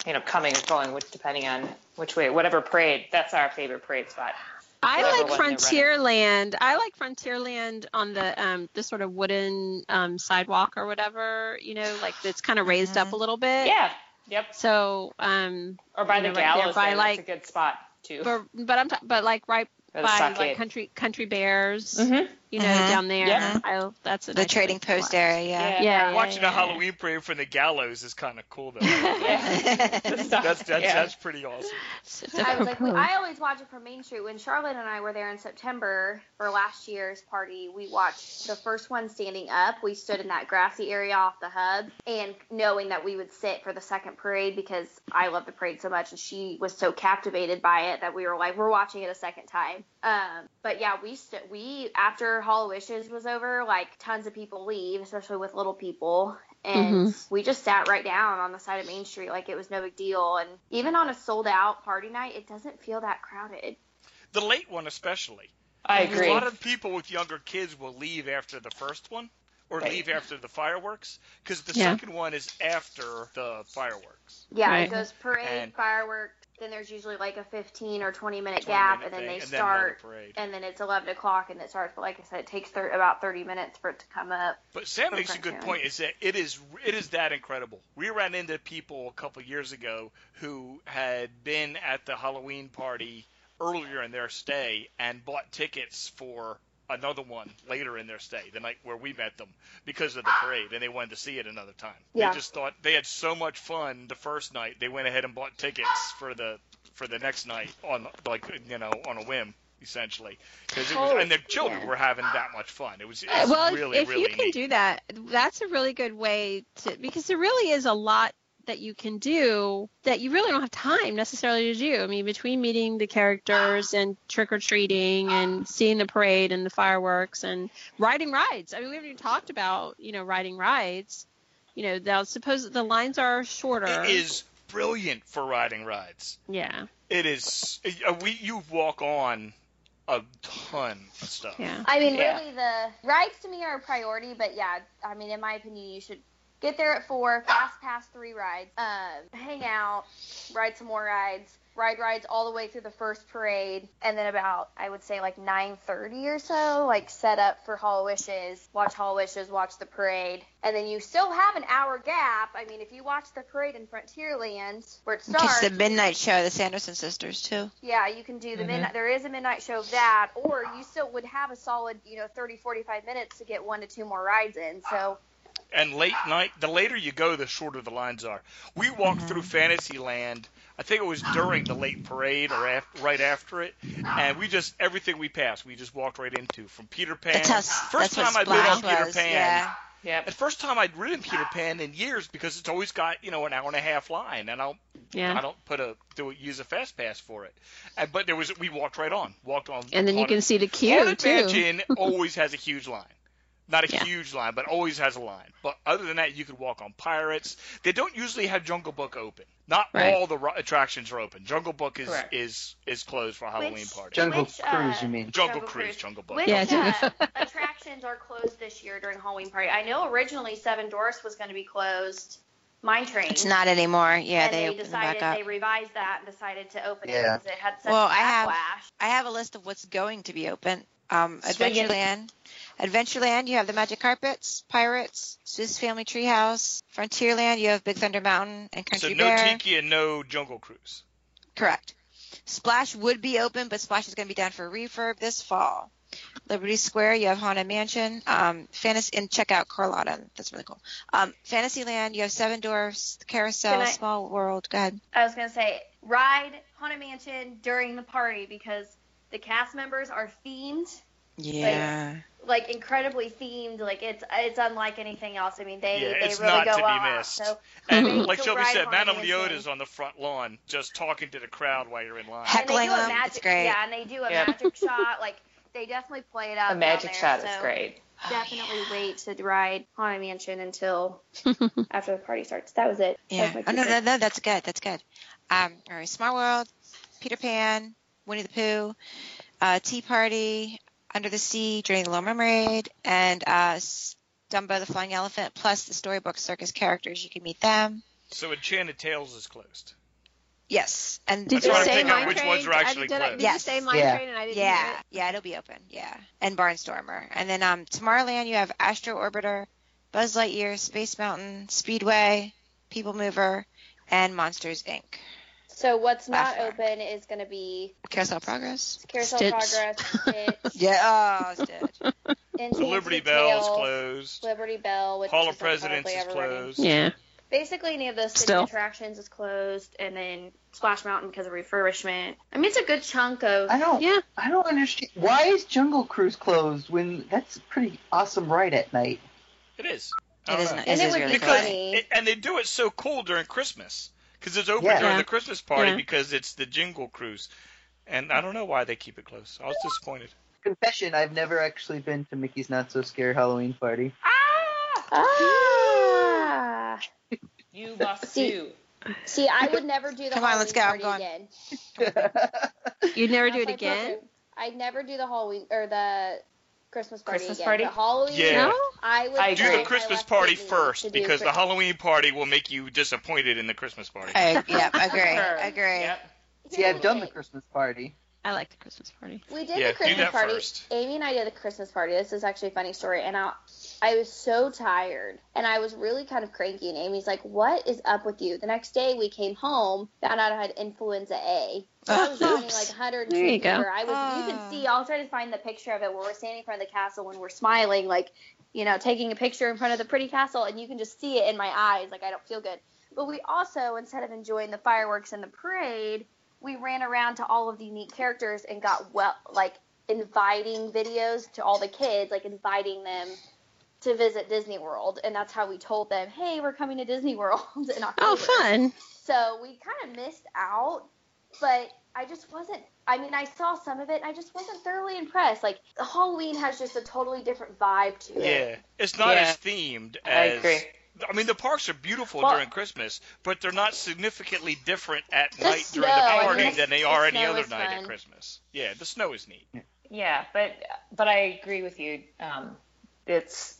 Speaker 6: you know, coming or going, which depending on which way, whatever parade. That's our favorite parade spot.
Speaker 1: I
Speaker 6: Whatever
Speaker 1: like
Speaker 6: one they're
Speaker 1: Frontierland. I like Frontierland on the um the sort of wooden um sidewalk or whatever, you know, like that's kind of raised
Speaker 7: Mm-hmm.
Speaker 1: up a little bit.
Speaker 6: Yeah. Yep.
Speaker 1: So um
Speaker 6: Or by
Speaker 1: You
Speaker 6: the
Speaker 1: know, right there,
Speaker 6: gallows.
Speaker 1: by,
Speaker 6: there,
Speaker 1: like-
Speaker 6: that's a good spot too.
Speaker 1: but but I'm ta- but like right
Speaker 6: Or the
Speaker 1: by like
Speaker 6: stockade.
Speaker 1: country country bears.
Speaker 6: Mhm.
Speaker 1: you know,
Speaker 7: Mhm.
Speaker 1: down there.
Speaker 6: Yeah.
Speaker 1: I, that's a
Speaker 7: the
Speaker 1: nice
Speaker 7: trading
Speaker 1: place to
Speaker 7: post
Speaker 1: watch. [laughs]
Speaker 7: area. Yeah.
Speaker 1: Yeah, yeah,
Speaker 3: Watching
Speaker 1: yeah,
Speaker 3: a Halloween parade from the gallows is kind of cool, though.
Speaker 1: [laughs]
Speaker 7: [laughs]
Speaker 3: that's that's,
Speaker 6: Yeah.
Speaker 3: that's pretty awesome.
Speaker 1: Yeah.
Speaker 5: I was like, we, I always watch it from Main Street. When Charlotte and I were there in September for last year's party, we watched the first one standing up. We stood in that grassy area off the hub, and knowing that we would sit for the second parade because I love the parade so much, and she was so captivated by it that we were like, we're watching it a second time. Um, but yeah, we st- we after Hall of Wishes was over, like tons of people leave, especially with little people, and we just sat right down on the side of Main Street like it was no big deal. And even on a sold out party night, it doesn't feel that crowded.
Speaker 3: The late one, especially.
Speaker 6: I
Speaker 3: Because
Speaker 6: agree.
Speaker 3: A lot of people with younger kids will leave after the first one, or
Speaker 6: Right.
Speaker 3: leave after the fireworks, because the
Speaker 1: Yeah.
Speaker 3: second one is after the fireworks.
Speaker 5: Yeah,
Speaker 1: Right.
Speaker 5: it goes parade,
Speaker 3: And-
Speaker 5: fireworks. Then there's usually like a 15 or 20 minute
Speaker 3: 20
Speaker 5: gap,
Speaker 3: minute
Speaker 5: and then
Speaker 3: thing,
Speaker 5: they
Speaker 3: and another
Speaker 5: start.
Speaker 3: parade.
Speaker 5: and then it's 11 o'clock and it starts, but like I said, it takes thir- about 30 minutes for it to come up.
Speaker 3: But Sam makes a
Speaker 5: Okay,
Speaker 3: good
Speaker 5: yeah.
Speaker 3: point. Is that it is it is that incredible. We ran into people a couple years ago who had been at the Halloween party earlier in their stay and bought tickets for another one later in their stay, the night where we met them, because of the parade, and they wanted to see it another time.
Speaker 5: Yeah.
Speaker 3: They just thought they had so much fun the first night, they went ahead and bought tickets for the for the next night on like you know on a whim essentially because
Speaker 5: Oh,
Speaker 3: and the children
Speaker 5: yeah.
Speaker 3: were having that much fun. It was, it
Speaker 1: Uh,
Speaker 3: was
Speaker 1: well, if-
Speaker 3: really
Speaker 1: if
Speaker 3: really
Speaker 1: you can
Speaker 3: neat.
Speaker 1: do that, that's a really good way to because there really is a lot that you can do that you really don't have time necessarily to do. I mean, between meeting the
Speaker 3: [sighs]
Speaker 1: characters and trick or treating and seeing the parade and the fireworks and riding rides. I mean, we haven't even talked about you know riding rides. You know, they'll suppose the lines are shorter.
Speaker 3: It is brilliant for riding rides.
Speaker 1: Yeah,
Speaker 3: It is. uh, We you walk on a ton of stuff.
Speaker 1: yeah.
Speaker 5: I mean,
Speaker 6: Yeah.
Speaker 5: really, the rides to me are a priority, but yeah, I mean, in my opinion, you should get there at four, fast pass three rides, um, hang out, ride some more rides, ride rides all the way through the first parade, and then about I would say like 9:30 or so, like set up for Hall of Wishes, watch Hall of Wishes, watch the parade, and then you still have an hour gap. I mean, if you watch the parade in Frontierland where it starts,
Speaker 7: Catch the midnight show, the Sanderson sisters too.
Speaker 5: yeah, you can do the
Speaker 6: Mhm.
Speaker 7: Mm-hmm.
Speaker 5: midnight. There is a midnight show of that, or you still would have a solid, you know, 30, 45 minutes to get one to two more rides in. So,
Speaker 3: And late night, the later you go, the shorter the lines are. We walked
Speaker 1: Mm-hmm.
Speaker 3: through Fantasyland. I think it was during the late parade or af- right after it, and we just everything we passed, we just walked right into from Peter Pan.
Speaker 7: That's how.
Speaker 3: First
Speaker 7: that's what
Speaker 3: time I'd been on
Speaker 7: Splash
Speaker 3: Peter
Speaker 7: was,
Speaker 3: Pan.
Speaker 7: Yeah.
Speaker 6: Yep.
Speaker 3: The first time I'd ridden Peter Pan in years because it's always got you know an hour and a half line, and I'll I
Speaker 1: Yeah.
Speaker 3: don't put a do use a fast pass for it. Uh, but there was we walked right on, walked on.
Speaker 1: And then you can
Speaker 3: Haunted-
Speaker 1: see the queue
Speaker 3: Haunted
Speaker 1: too.
Speaker 3: Mansion always has a huge line. Not a
Speaker 1: Yeah.
Speaker 3: huge line, but always has a line. But other than that, you could walk on Pirates. They don't usually have Jungle Book open. Not
Speaker 1: Right.
Speaker 3: all the ro- attractions are open. Jungle Book is
Speaker 6: Correct.
Speaker 3: is is closed for Halloween
Speaker 5: Which-
Speaker 3: party.
Speaker 4: Jungle
Speaker 5: Which, uh,
Speaker 4: Cruise, you mean?
Speaker 3: Jungle,
Speaker 5: Jungle
Speaker 3: Cruise,
Speaker 5: Cruise.
Speaker 3: Jungle Book.
Speaker 5: which
Speaker 1: Yeah,
Speaker 5: uh,
Speaker 7: [laughs]
Speaker 5: attractions are closed this year during Halloween party? I know originally Seven Doors was going to be closed, Mine Train.
Speaker 7: It's not anymore. Yeah,
Speaker 5: and
Speaker 7: they,
Speaker 5: they,
Speaker 7: opened them
Speaker 5: decided
Speaker 7: back up.
Speaker 5: they revised that and decided to open
Speaker 4: Yeah.
Speaker 5: it because it had such
Speaker 7: Well,
Speaker 5: a
Speaker 7: I have-
Speaker 5: backlash.
Speaker 7: I have a list of what's going to be open. Um,
Speaker 6: Swing it.
Speaker 7: Adventureland. Adventureland, you have the Magic Carpets, Pirates, Swiss Family Treehouse, Frontierland, you have Big Thunder Mountain and
Speaker 3: So
Speaker 7: Country
Speaker 3: no
Speaker 7: Bear.
Speaker 3: Tiki and no Jungle
Speaker 5: [laughs]
Speaker 3: Cruise.
Speaker 7: Correct. Splash would be open, but Splash is going to be down for refurb this fall. Liberty Square, you have Haunted Mansion, um, Fantasy, and check out Carlotta. That's really cool. Um, Fantasyland, you have Seven Dwarfs, Carousel,
Speaker 5: Can I-
Speaker 7: Small World. Go ahead.
Speaker 5: I was gonna say ride Haunted Mansion during the party because the cast members are themed.
Speaker 7: Yeah.
Speaker 5: like incredibly themed. Like it's it's unlike anything else. I mean, they
Speaker 3: Yeah,
Speaker 5: they
Speaker 3: it's
Speaker 5: really
Speaker 3: not
Speaker 5: go
Speaker 3: to be
Speaker 5: all out.
Speaker 3: missed.
Speaker 5: So
Speaker 3: And
Speaker 5: Mhm.
Speaker 3: like
Speaker 5: So
Speaker 3: Shelby
Speaker 5: ride
Speaker 3: said,
Speaker 5: Haunted
Speaker 3: Madame
Speaker 5: Mansion.
Speaker 3: Leota's on the front lawn just talking to the crowd while you're in line.
Speaker 7: Heck-
Speaker 5: and they
Speaker 7: Heckling
Speaker 5: do a
Speaker 7: them,
Speaker 5: magic,
Speaker 7: it's great.
Speaker 5: Yeah, and they do a
Speaker 6: Yeah.
Speaker 5: magic shot. Like they definitely play it
Speaker 6: A
Speaker 5: out. down
Speaker 6: magic
Speaker 5: there,
Speaker 6: shot
Speaker 5: so
Speaker 6: is
Speaker 3: [sighs]
Speaker 6: great.
Speaker 5: Definitely wait to ride Haunted Mansion until after the party starts. That was it. That was
Speaker 7: Yeah.
Speaker 5: my
Speaker 7: Oh, no,
Speaker 5: piece.
Speaker 7: no, no, that's good. That's good. Um, all right. Small World, Peter Pan, Winnie the Pooh, uh, Tea Party, Under the Sea, Journey to the Little Mermaid, and uh, S- Dumbo the Flying Elephant, plus the storybook circus characters. You can meet them.
Speaker 3: So Enchanted Tales is closed.
Speaker 7: Yes. And
Speaker 1: Did
Speaker 3: That's
Speaker 1: you
Speaker 3: why I'm
Speaker 1: say
Speaker 3: picking
Speaker 1: mine
Speaker 3: out which
Speaker 1: train?
Speaker 3: ones are
Speaker 1: I-
Speaker 3: actually
Speaker 1: did I- Did you
Speaker 7: closed.
Speaker 1: say mine
Speaker 4: Yeah.
Speaker 1: train and I didn't hear
Speaker 7: Yeah,
Speaker 1: it?
Speaker 7: yeah, it'll be open. Yeah, and Barnstormer, and then um, Tomorrowland you have Astro Orbiter, Buzz Lightyear, Space Mountain, Speedway, People Mover, and Monsters Inc.
Speaker 5: So what's not
Speaker 7: Laugh.
Speaker 5: open is going to be
Speaker 7: Carousel Progress.
Speaker 5: Carousel
Speaker 1: Stitch.
Speaker 5: Progress,
Speaker 3: [laughs]
Speaker 5: Stitch,
Speaker 7: Yeah. Oh, Stitch.
Speaker 5: Enchanted
Speaker 3: Liberty
Speaker 5: Tales,
Speaker 3: Bell's closed.
Speaker 5: Liberty Bell, which
Speaker 3: Hall of
Speaker 5: is just, like,
Speaker 3: Presidents
Speaker 5: probably
Speaker 3: is
Speaker 5: ever running.
Speaker 3: closed.
Speaker 1: Yeah.
Speaker 5: Basically, any of those city
Speaker 1: Still.
Speaker 5: attractions is closed, and then Splash Mountain because of refurbishment. I mean, it's a good chunk of.
Speaker 7: Ah.
Speaker 8: I don't.
Speaker 1: Yeah.
Speaker 8: I don't understand. Why is Jungle Cruise closed when that's a pretty awesome ride at night?
Speaker 3: It is. I
Speaker 7: It
Speaker 3: don't
Speaker 7: is,
Speaker 3: know.
Speaker 7: nice.
Speaker 5: And
Speaker 7: it
Speaker 5: it
Speaker 7: is
Speaker 5: would
Speaker 7: really
Speaker 5: be
Speaker 3: Because
Speaker 7: cool.
Speaker 5: funny.
Speaker 3: it- and they do it so cool during Christmas because it's open
Speaker 8: Yeah.
Speaker 3: during
Speaker 1: Yeah.
Speaker 3: the Christmas party
Speaker 1: Yeah.
Speaker 3: because it's the Jingle Cruise, and I don't know why they keep it closed. I was disappointed.
Speaker 8: Confession: I've never actually been to Mickey's Not So Scary Halloween Party. [laughs]
Speaker 6: Ah!
Speaker 5: Ah.
Speaker 6: You must
Speaker 5: See-
Speaker 6: do.
Speaker 5: See, I would never do the
Speaker 7: Come on, let's go, I'm
Speaker 5: Halloween
Speaker 7: going.
Speaker 5: party again.
Speaker 1: You'd never do it
Speaker 5: That's my
Speaker 1: again?
Speaker 5: perfect- I'd never do the Halloween or the Christmas party
Speaker 6: Christmas
Speaker 5: again.
Speaker 6: party?
Speaker 5: The Halloween.
Speaker 3: Yeah.
Speaker 1: No?
Speaker 5: I would
Speaker 6: I
Speaker 5: tell
Speaker 3: Do
Speaker 6: agree.
Speaker 3: the
Speaker 5: my
Speaker 3: Christmas
Speaker 5: left
Speaker 3: party
Speaker 5: kidney
Speaker 3: first
Speaker 5: to do
Speaker 3: because the
Speaker 5: Chris-
Speaker 3: Halloween party will make you disappointed in the Christmas party.
Speaker 7: I, yeah, agree.
Speaker 6: Sure.
Speaker 7: Agree.
Speaker 6: Yep.
Speaker 8: See, I've done the
Speaker 5: Here's
Speaker 8: Christmas party.
Speaker 1: I like the Christmas party. [laughs]
Speaker 5: We did
Speaker 3: Yeah,
Speaker 5: the
Speaker 3: do
Speaker 5: Christmas
Speaker 3: that
Speaker 5: party.
Speaker 3: first.
Speaker 5: Amy and I did the Christmas party. This is actually a funny story. And I, I was so tired, and I was really kind of cranky. And Amy's like, "What is up with you?" The next day, we came home, found out I had influenza A. So
Speaker 1: [laughs]
Speaker 5: I was
Speaker 7: Oh,
Speaker 5: running
Speaker 1: oops.
Speaker 5: like 102
Speaker 1: There you go.
Speaker 5: fever. I was. You
Speaker 7: Oh.
Speaker 5: can see. I'll try to find the picture of it where we're standing in front of the castle and we're smiling, like, you know, taking a picture in front of the pretty castle, and you can just see it in my eyes. Like I don't feel good. But we also, instead of enjoying the fireworks and the parade, we ran around to all of the unique characters and got well, like inviting videos to all the kids, like inviting them to visit Disney World, and that's how we told them, "Hey, we're coming to Disney World [laughs] in October."
Speaker 1: Oh, fun.
Speaker 5: So we kind of missed out, but I just wasn't. I mean, I saw some of it, and I just wasn't thoroughly impressed. Like Halloween has just a totally different vibe to it.
Speaker 3: Yeah, it's not
Speaker 6: Yeah.
Speaker 3: as themed
Speaker 6: I
Speaker 3: as.
Speaker 6: agree.
Speaker 3: I mean, the parks are beautiful
Speaker 5: Well-
Speaker 3: during Christmas, but they're not significantly different at
Speaker 5: The
Speaker 3: night during the
Speaker 5: snow,
Speaker 6: I
Speaker 3: party
Speaker 6: guess
Speaker 3: than they
Speaker 5: the
Speaker 3: are any
Speaker 5: snow
Speaker 3: other
Speaker 5: is
Speaker 3: night at
Speaker 5: fun.
Speaker 3: Christmas. Yeah, the snow is neat.
Speaker 6: Yeah, but but I agree with you. Um, it's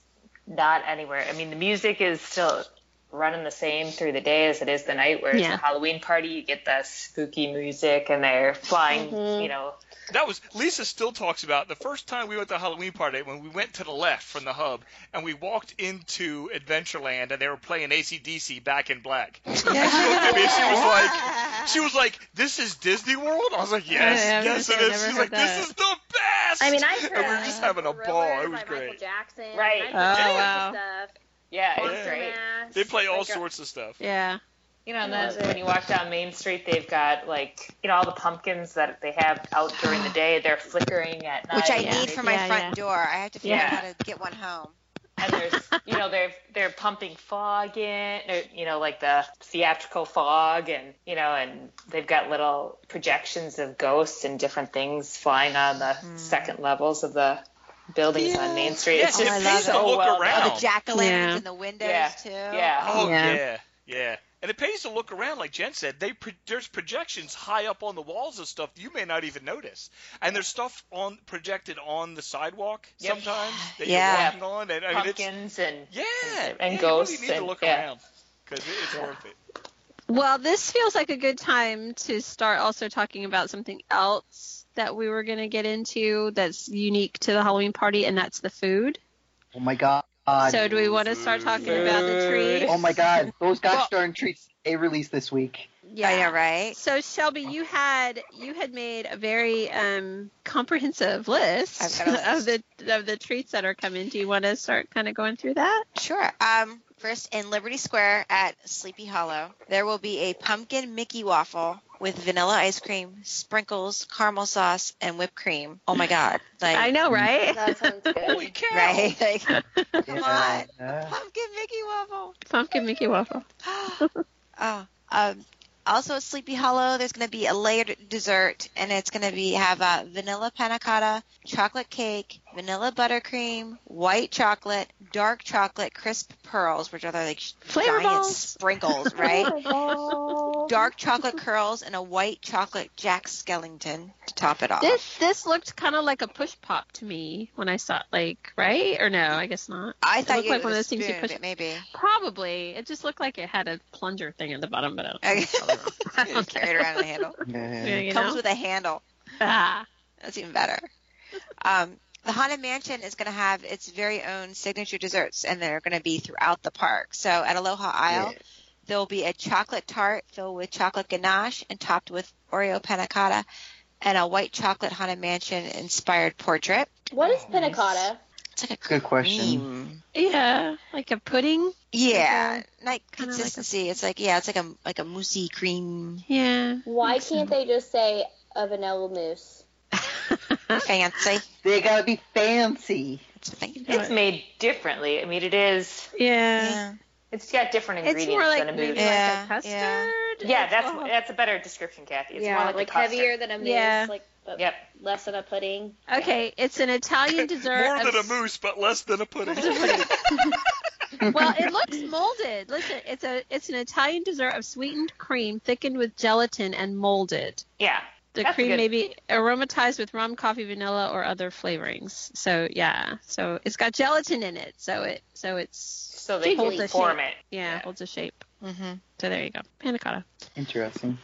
Speaker 6: not anywhere. I mean, the music is still running the same through the day as it is the night. Whereas
Speaker 1: Yeah.
Speaker 6: the Halloween party, you get the spooky music and they're flying.
Speaker 7: Mm-hmm.
Speaker 5: Mhm.
Speaker 6: You know,
Speaker 3: That was Lisa still talks about the first time we went to the Halloween party when we went to the left from the hub and we walked into Adventureland and they were playing ACDC Back in Black. [laughs] I mean, she was like, she was like, "This is Disney World." I was like, "Yes,
Speaker 1: I was gonna
Speaker 3: yes,
Speaker 1: say,
Speaker 3: it
Speaker 1: I've
Speaker 3: is."
Speaker 1: never
Speaker 3: She's
Speaker 1: heard
Speaker 3: like,
Speaker 1: that.
Speaker 3: "This is the best."
Speaker 5: I
Speaker 3: [laughs]
Speaker 5: mean, I
Speaker 3: and we were just having a ball. It was
Speaker 5: by Michael
Speaker 3: great.
Speaker 5: Jackson.
Speaker 6: Right.
Speaker 5: I played
Speaker 1: Oh,
Speaker 5: all
Speaker 1: wow.
Speaker 5: Stuff.
Speaker 6: yeah, it's
Speaker 5: Monster
Speaker 3: Yeah.
Speaker 6: great.
Speaker 5: Mash.
Speaker 3: They play all
Speaker 5: Like,
Speaker 1: [laughs]
Speaker 5: uh,
Speaker 3: sorts of stuff.
Speaker 1: Yeah.
Speaker 6: You know, and
Speaker 5: I
Speaker 6: then
Speaker 5: love
Speaker 6: when
Speaker 5: it.
Speaker 6: you walk down Main Street, they've got like you know all the pumpkins that they have out during the day. They're flickering at night.
Speaker 7: Which I
Speaker 1: yeah.
Speaker 7: need for my
Speaker 1: Yeah,
Speaker 7: front door. I have to figure
Speaker 6: Yeah.
Speaker 7: out how to get one home.
Speaker 6: and there's you know they're they're pumping fog in they're, you know like the theatrical fog and you know and they've got little projections of ghosts and different things flying on the
Speaker 1: Hmm.
Speaker 6: second levels of the buildings on main street it's
Speaker 3: Yeah,
Speaker 6: just
Speaker 7: it
Speaker 3: pays
Speaker 6: so
Speaker 3: to look
Speaker 6: well
Speaker 3: around.
Speaker 6: done.
Speaker 7: Oh, the jack o' lanterns
Speaker 1: Yeah.
Speaker 7: in the windows
Speaker 6: Yeah.
Speaker 7: too.
Speaker 6: yeah
Speaker 3: Oh
Speaker 1: Yeah.
Speaker 3: yeah. yeah, And it pays to look around, like Jen said. They pro- there's projections high up on the walls of stuff you may not even notice, and there's stuff on projected on the sidewalk
Speaker 6: Yep.
Speaker 3: sometimes that
Speaker 7: Yeah.
Speaker 3: you're walking on. And I mean, it's,
Speaker 6: pumpkins and
Speaker 3: yeah,
Speaker 6: and
Speaker 3: yeah,
Speaker 6: ghosts
Speaker 3: You really need
Speaker 6: and-
Speaker 3: to look
Speaker 6: yeah.
Speaker 3: around because it's worth it.
Speaker 1: Well, this feels like a good time to start also talking about something else that we were going to get into that's unique to the Halloween party, and that's the food.
Speaker 8: Oh my god.
Speaker 1: so, do we want to start talking
Speaker 6: Food.
Speaker 1: about the treat?
Speaker 8: oh my god. Those gosh
Speaker 1: Well-
Speaker 8: darn treats they released this week.
Speaker 7: I know, right?
Speaker 1: So Shelby, you had you had made a very um, comprehensive list,
Speaker 7: I've got
Speaker 1: [laughs]
Speaker 7: a
Speaker 1: of the of the treats that are coming. Do you want to start kind of going through that?
Speaker 7: Sure. Um, first, in Liberty Square at Sleepy Hollow, there will be a pumpkin Mickey waffle with vanilla ice cream, sprinkles, caramel sauce, and whipped cream. Oh my God! Like,
Speaker 1: I know, right? [laughs]
Speaker 5: That sounds good.
Speaker 3: Holy cow!
Speaker 7: right? [laughs] Like,
Speaker 8: Come on.
Speaker 7: pumpkin Mickey waffle.
Speaker 1: Pumpkin Mickey waffle.
Speaker 7: [gasps] oh, um, also at Sleepy Hollow, there's going to be a layered dessert, and it's going to be have uh, vanilla panna cotta, chocolate cake, vanilla buttercream, white chocolate, dark chocolate, crisp pearls, which are like
Speaker 1: Flavor
Speaker 7: giant
Speaker 1: balls. [laughs]
Speaker 7: sprinkles, right?
Speaker 1: Oh
Speaker 7: dark chocolate curls and a white chocolate Jack Skellington to top it off.
Speaker 1: This this looked kind of like a push pop to me when I saw it, like right or no? I guess not.
Speaker 7: I
Speaker 1: it
Speaker 7: thought
Speaker 1: looked
Speaker 7: you
Speaker 1: like one of
Speaker 7: with a
Speaker 1: those things you
Speaker 7: spoon,
Speaker 1: push-
Speaker 7: but maybe.
Speaker 1: Probably. It just looked like it had a plunger thing at the bottom, but I don't.
Speaker 7: Okay. [laughs]
Speaker 1: I don't care.
Speaker 7: Carry it around in a handle.
Speaker 1: Yeah,
Speaker 8: Yeah.
Speaker 1: you
Speaker 7: Comes
Speaker 1: know?
Speaker 7: with a handle.
Speaker 1: [laughs] Ah.
Speaker 7: That's even better. Um, the Haunted Mansion is going to have its very own signature desserts, and they're going to be throughout the park. So at Aloha Isle, There'll be a chocolate tart filled with chocolate ganache and topped with Oreo panna cotta and a white chocolate Haunted Mansion inspired portrait.
Speaker 5: What is panna cotta?
Speaker 7: It's like a
Speaker 8: Good question.
Speaker 7: cream.
Speaker 1: Yeah, like a pudding.
Speaker 7: Yeah, like
Speaker 1: Kinda like a-
Speaker 7: consistency. it's like yeah, it's like a like a moussey cream.
Speaker 5: [laughs]
Speaker 1: Yeah.
Speaker 5: Why can't they just say a vanilla mousse?
Speaker 7: Fancy.
Speaker 8: They gotta be fancy.
Speaker 7: That's what they-
Speaker 6: It's made differently. I mean, it is.
Speaker 1: yeah.
Speaker 7: yeah.
Speaker 6: It's got different
Speaker 1: It's
Speaker 6: ingredients
Speaker 1: more like Oh.
Speaker 6: than a
Speaker 1: maybe
Speaker 6: movie.
Speaker 7: Yeah.
Speaker 1: like a custard.
Speaker 6: Yeah,
Speaker 1: It's
Speaker 6: that's
Speaker 1: all-
Speaker 6: that's a better description, Kathy. It's more like, a custard.
Speaker 5: heavier than a mousse,
Speaker 1: Yeah.
Speaker 5: like but
Speaker 6: Yep.
Speaker 5: less than a pudding.
Speaker 1: okay. It's an Italian dessert.
Speaker 3: More
Speaker 1: of
Speaker 3: than a moose, but less than a pudding.
Speaker 1: well,
Speaker 6: [laughs]
Speaker 1: it looks molded. Listen, it's a it's an Italian dessert of sweetened cream thickened with gelatin and molded.
Speaker 6: Yeah.
Speaker 1: The
Speaker 6: That's
Speaker 1: cream
Speaker 6: good.
Speaker 1: may be aromatized with rum, coffee, vanilla, or other flavorings. So yeah, so it's got gelatin in it. So it so it's
Speaker 6: So they
Speaker 1: Jiggly
Speaker 6: can form
Speaker 1: shape.
Speaker 6: it.
Speaker 1: yeah,
Speaker 6: Yeah.
Speaker 1: holds a shape.
Speaker 7: Mm-hmm.
Speaker 1: So there you go, panna cotta.
Speaker 8: Interesting.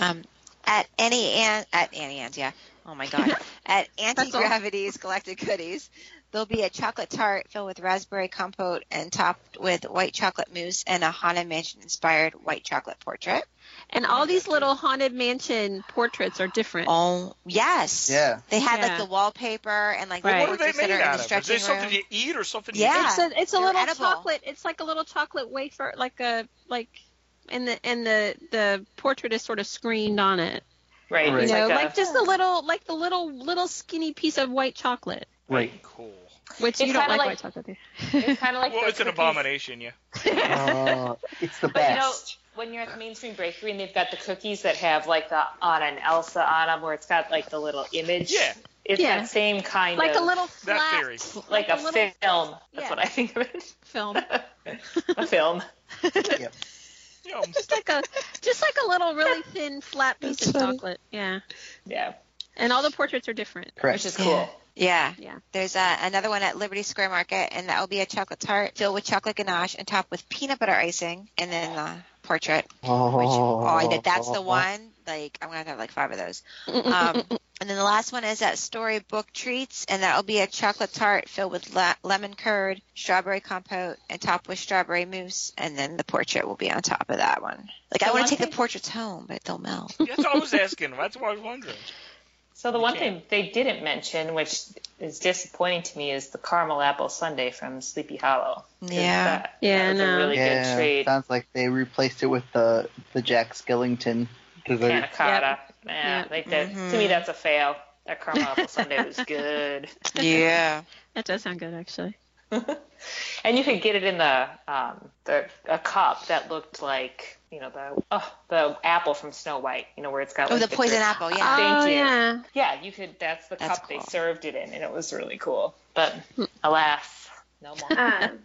Speaker 7: Um, at any and at any and yeah. Oh my god. at Anti
Speaker 1: all.
Speaker 7: Gravity's Galactic Goodies, there'll be a chocolate tart filled with raspberry compote and topped with white chocolate mousse and a Haunted Mansion inspired white chocolate portrait.
Speaker 1: And all these little haunted mansion portraits are different.
Speaker 7: Oh yes.
Speaker 8: Yeah.
Speaker 7: They had
Speaker 1: Yeah.
Speaker 7: like the wallpaper and like
Speaker 1: Right.
Speaker 7: the
Speaker 3: What are they
Speaker 7: portraits that
Speaker 3: made
Speaker 7: are in
Speaker 3: out
Speaker 7: the
Speaker 3: of? Is
Speaker 7: stretching
Speaker 3: there something
Speaker 7: room.
Speaker 3: you eat or something?
Speaker 7: Yeah.
Speaker 1: It's a it's a
Speaker 7: They're
Speaker 1: little
Speaker 7: edible.
Speaker 1: chocolate. It's like a little chocolate wafer, like a like, and the and the the portrait is sort of screened on it.
Speaker 6: Right.
Speaker 8: Right.
Speaker 1: You
Speaker 6: It's
Speaker 1: know,
Speaker 6: like a-
Speaker 1: like, just a little like the little little skinny piece of white chocolate,
Speaker 3: You
Speaker 8: Wait.
Speaker 3: eat? Cool.
Speaker 1: which
Speaker 6: It's
Speaker 1: you don't
Speaker 6: kinda
Speaker 1: like,
Speaker 6: like-
Speaker 1: white chocolate. do you?
Speaker 6: [laughs] it's kind of like
Speaker 3: well,
Speaker 6: the
Speaker 3: it's an
Speaker 6: cookies- [laughs]
Speaker 3: abomination, yeah.
Speaker 8: Oh, [laughs] it's the
Speaker 6: But you know,
Speaker 8: best.
Speaker 6: when you're at the mainstream bakery and they've got the cookies that have like the Anna and Elsa on them, where it's got like the little image.
Speaker 3: Yeah.
Speaker 6: It's
Speaker 1: Yeah.
Speaker 6: that same kind
Speaker 1: [laughs] Like
Speaker 6: of
Speaker 1: a little
Speaker 3: That
Speaker 1: flat
Speaker 3: theory.
Speaker 1: like
Speaker 6: like, a,
Speaker 1: a little-
Speaker 6: film. That's
Speaker 1: yeah.
Speaker 6: what I think of it.
Speaker 1: film,
Speaker 6: a film.
Speaker 1: [laughs]
Speaker 3: Yum.
Speaker 1: just like a just like a little really
Speaker 6: [laughs]
Speaker 1: thin flat piece
Speaker 7: That's
Speaker 1: of
Speaker 7: funny.
Speaker 1: chocolate. Yeah,
Speaker 6: Yeah.
Speaker 1: and all the portraits are different.
Speaker 6: Which
Speaker 8: Correct.
Speaker 6: is cool.
Speaker 7: Yeah.
Speaker 1: Yeah.
Speaker 7: There's uh, another one at Liberty Square Market, and that will be a chocolate tart filled with chocolate ganache and topped with peanut butter icing, and then the
Speaker 1: [laughs]
Speaker 7: portrait.
Speaker 8: Oh,
Speaker 7: Which, oh, I did. That's the one. Like, I'm gonna have to have like five of those. Um, and then the last one is at Storybook Treats, and that'll be a chocolate tart filled with le- lemon curd, strawberry compote, and topped with strawberry mousse. And then the portrait will be on top of that one. Like,
Speaker 6: So
Speaker 7: I want
Speaker 6: one
Speaker 7: to take
Speaker 6: thing-
Speaker 7: the portraits home, but they'll melt.
Speaker 3: That's what I was asking. That's what I was wondering.
Speaker 6: So the one thing they didn't mention, which is disappointing to me, is the caramel apple sundae from Sleepy Hollow. 'Cause
Speaker 7: Yeah.
Speaker 6: that-
Speaker 1: Yeah,
Speaker 6: that was
Speaker 1: no.
Speaker 6: a [laughs] really
Speaker 8: Yeah,
Speaker 6: good treat.
Speaker 8: sounds like they replaced it with the the Jack Skellington dessert.
Speaker 6: Panna cotta. Yeah,
Speaker 1: Yep.
Speaker 6: like that. To
Speaker 7: Mm-hmm.
Speaker 6: me, that's a fail. That caramel apple sundae was good,
Speaker 7: yeah.
Speaker 1: That does sound good actually.
Speaker 6: and you could get it in the um, the a cup that looked like you know the oh, the apple from Snow White. You know where it's got
Speaker 7: Oh,
Speaker 6: like,
Speaker 7: the poison
Speaker 6: dirt.
Speaker 7: apple. Yeah.
Speaker 6: Thank
Speaker 1: oh
Speaker 6: you.
Speaker 1: yeah.
Speaker 6: Yeah, you could. That's the
Speaker 7: That's
Speaker 6: cup they
Speaker 7: cool. Hmm.
Speaker 6: served it in, and it was really cool. But alas, no more.
Speaker 7: [laughs]
Speaker 5: um,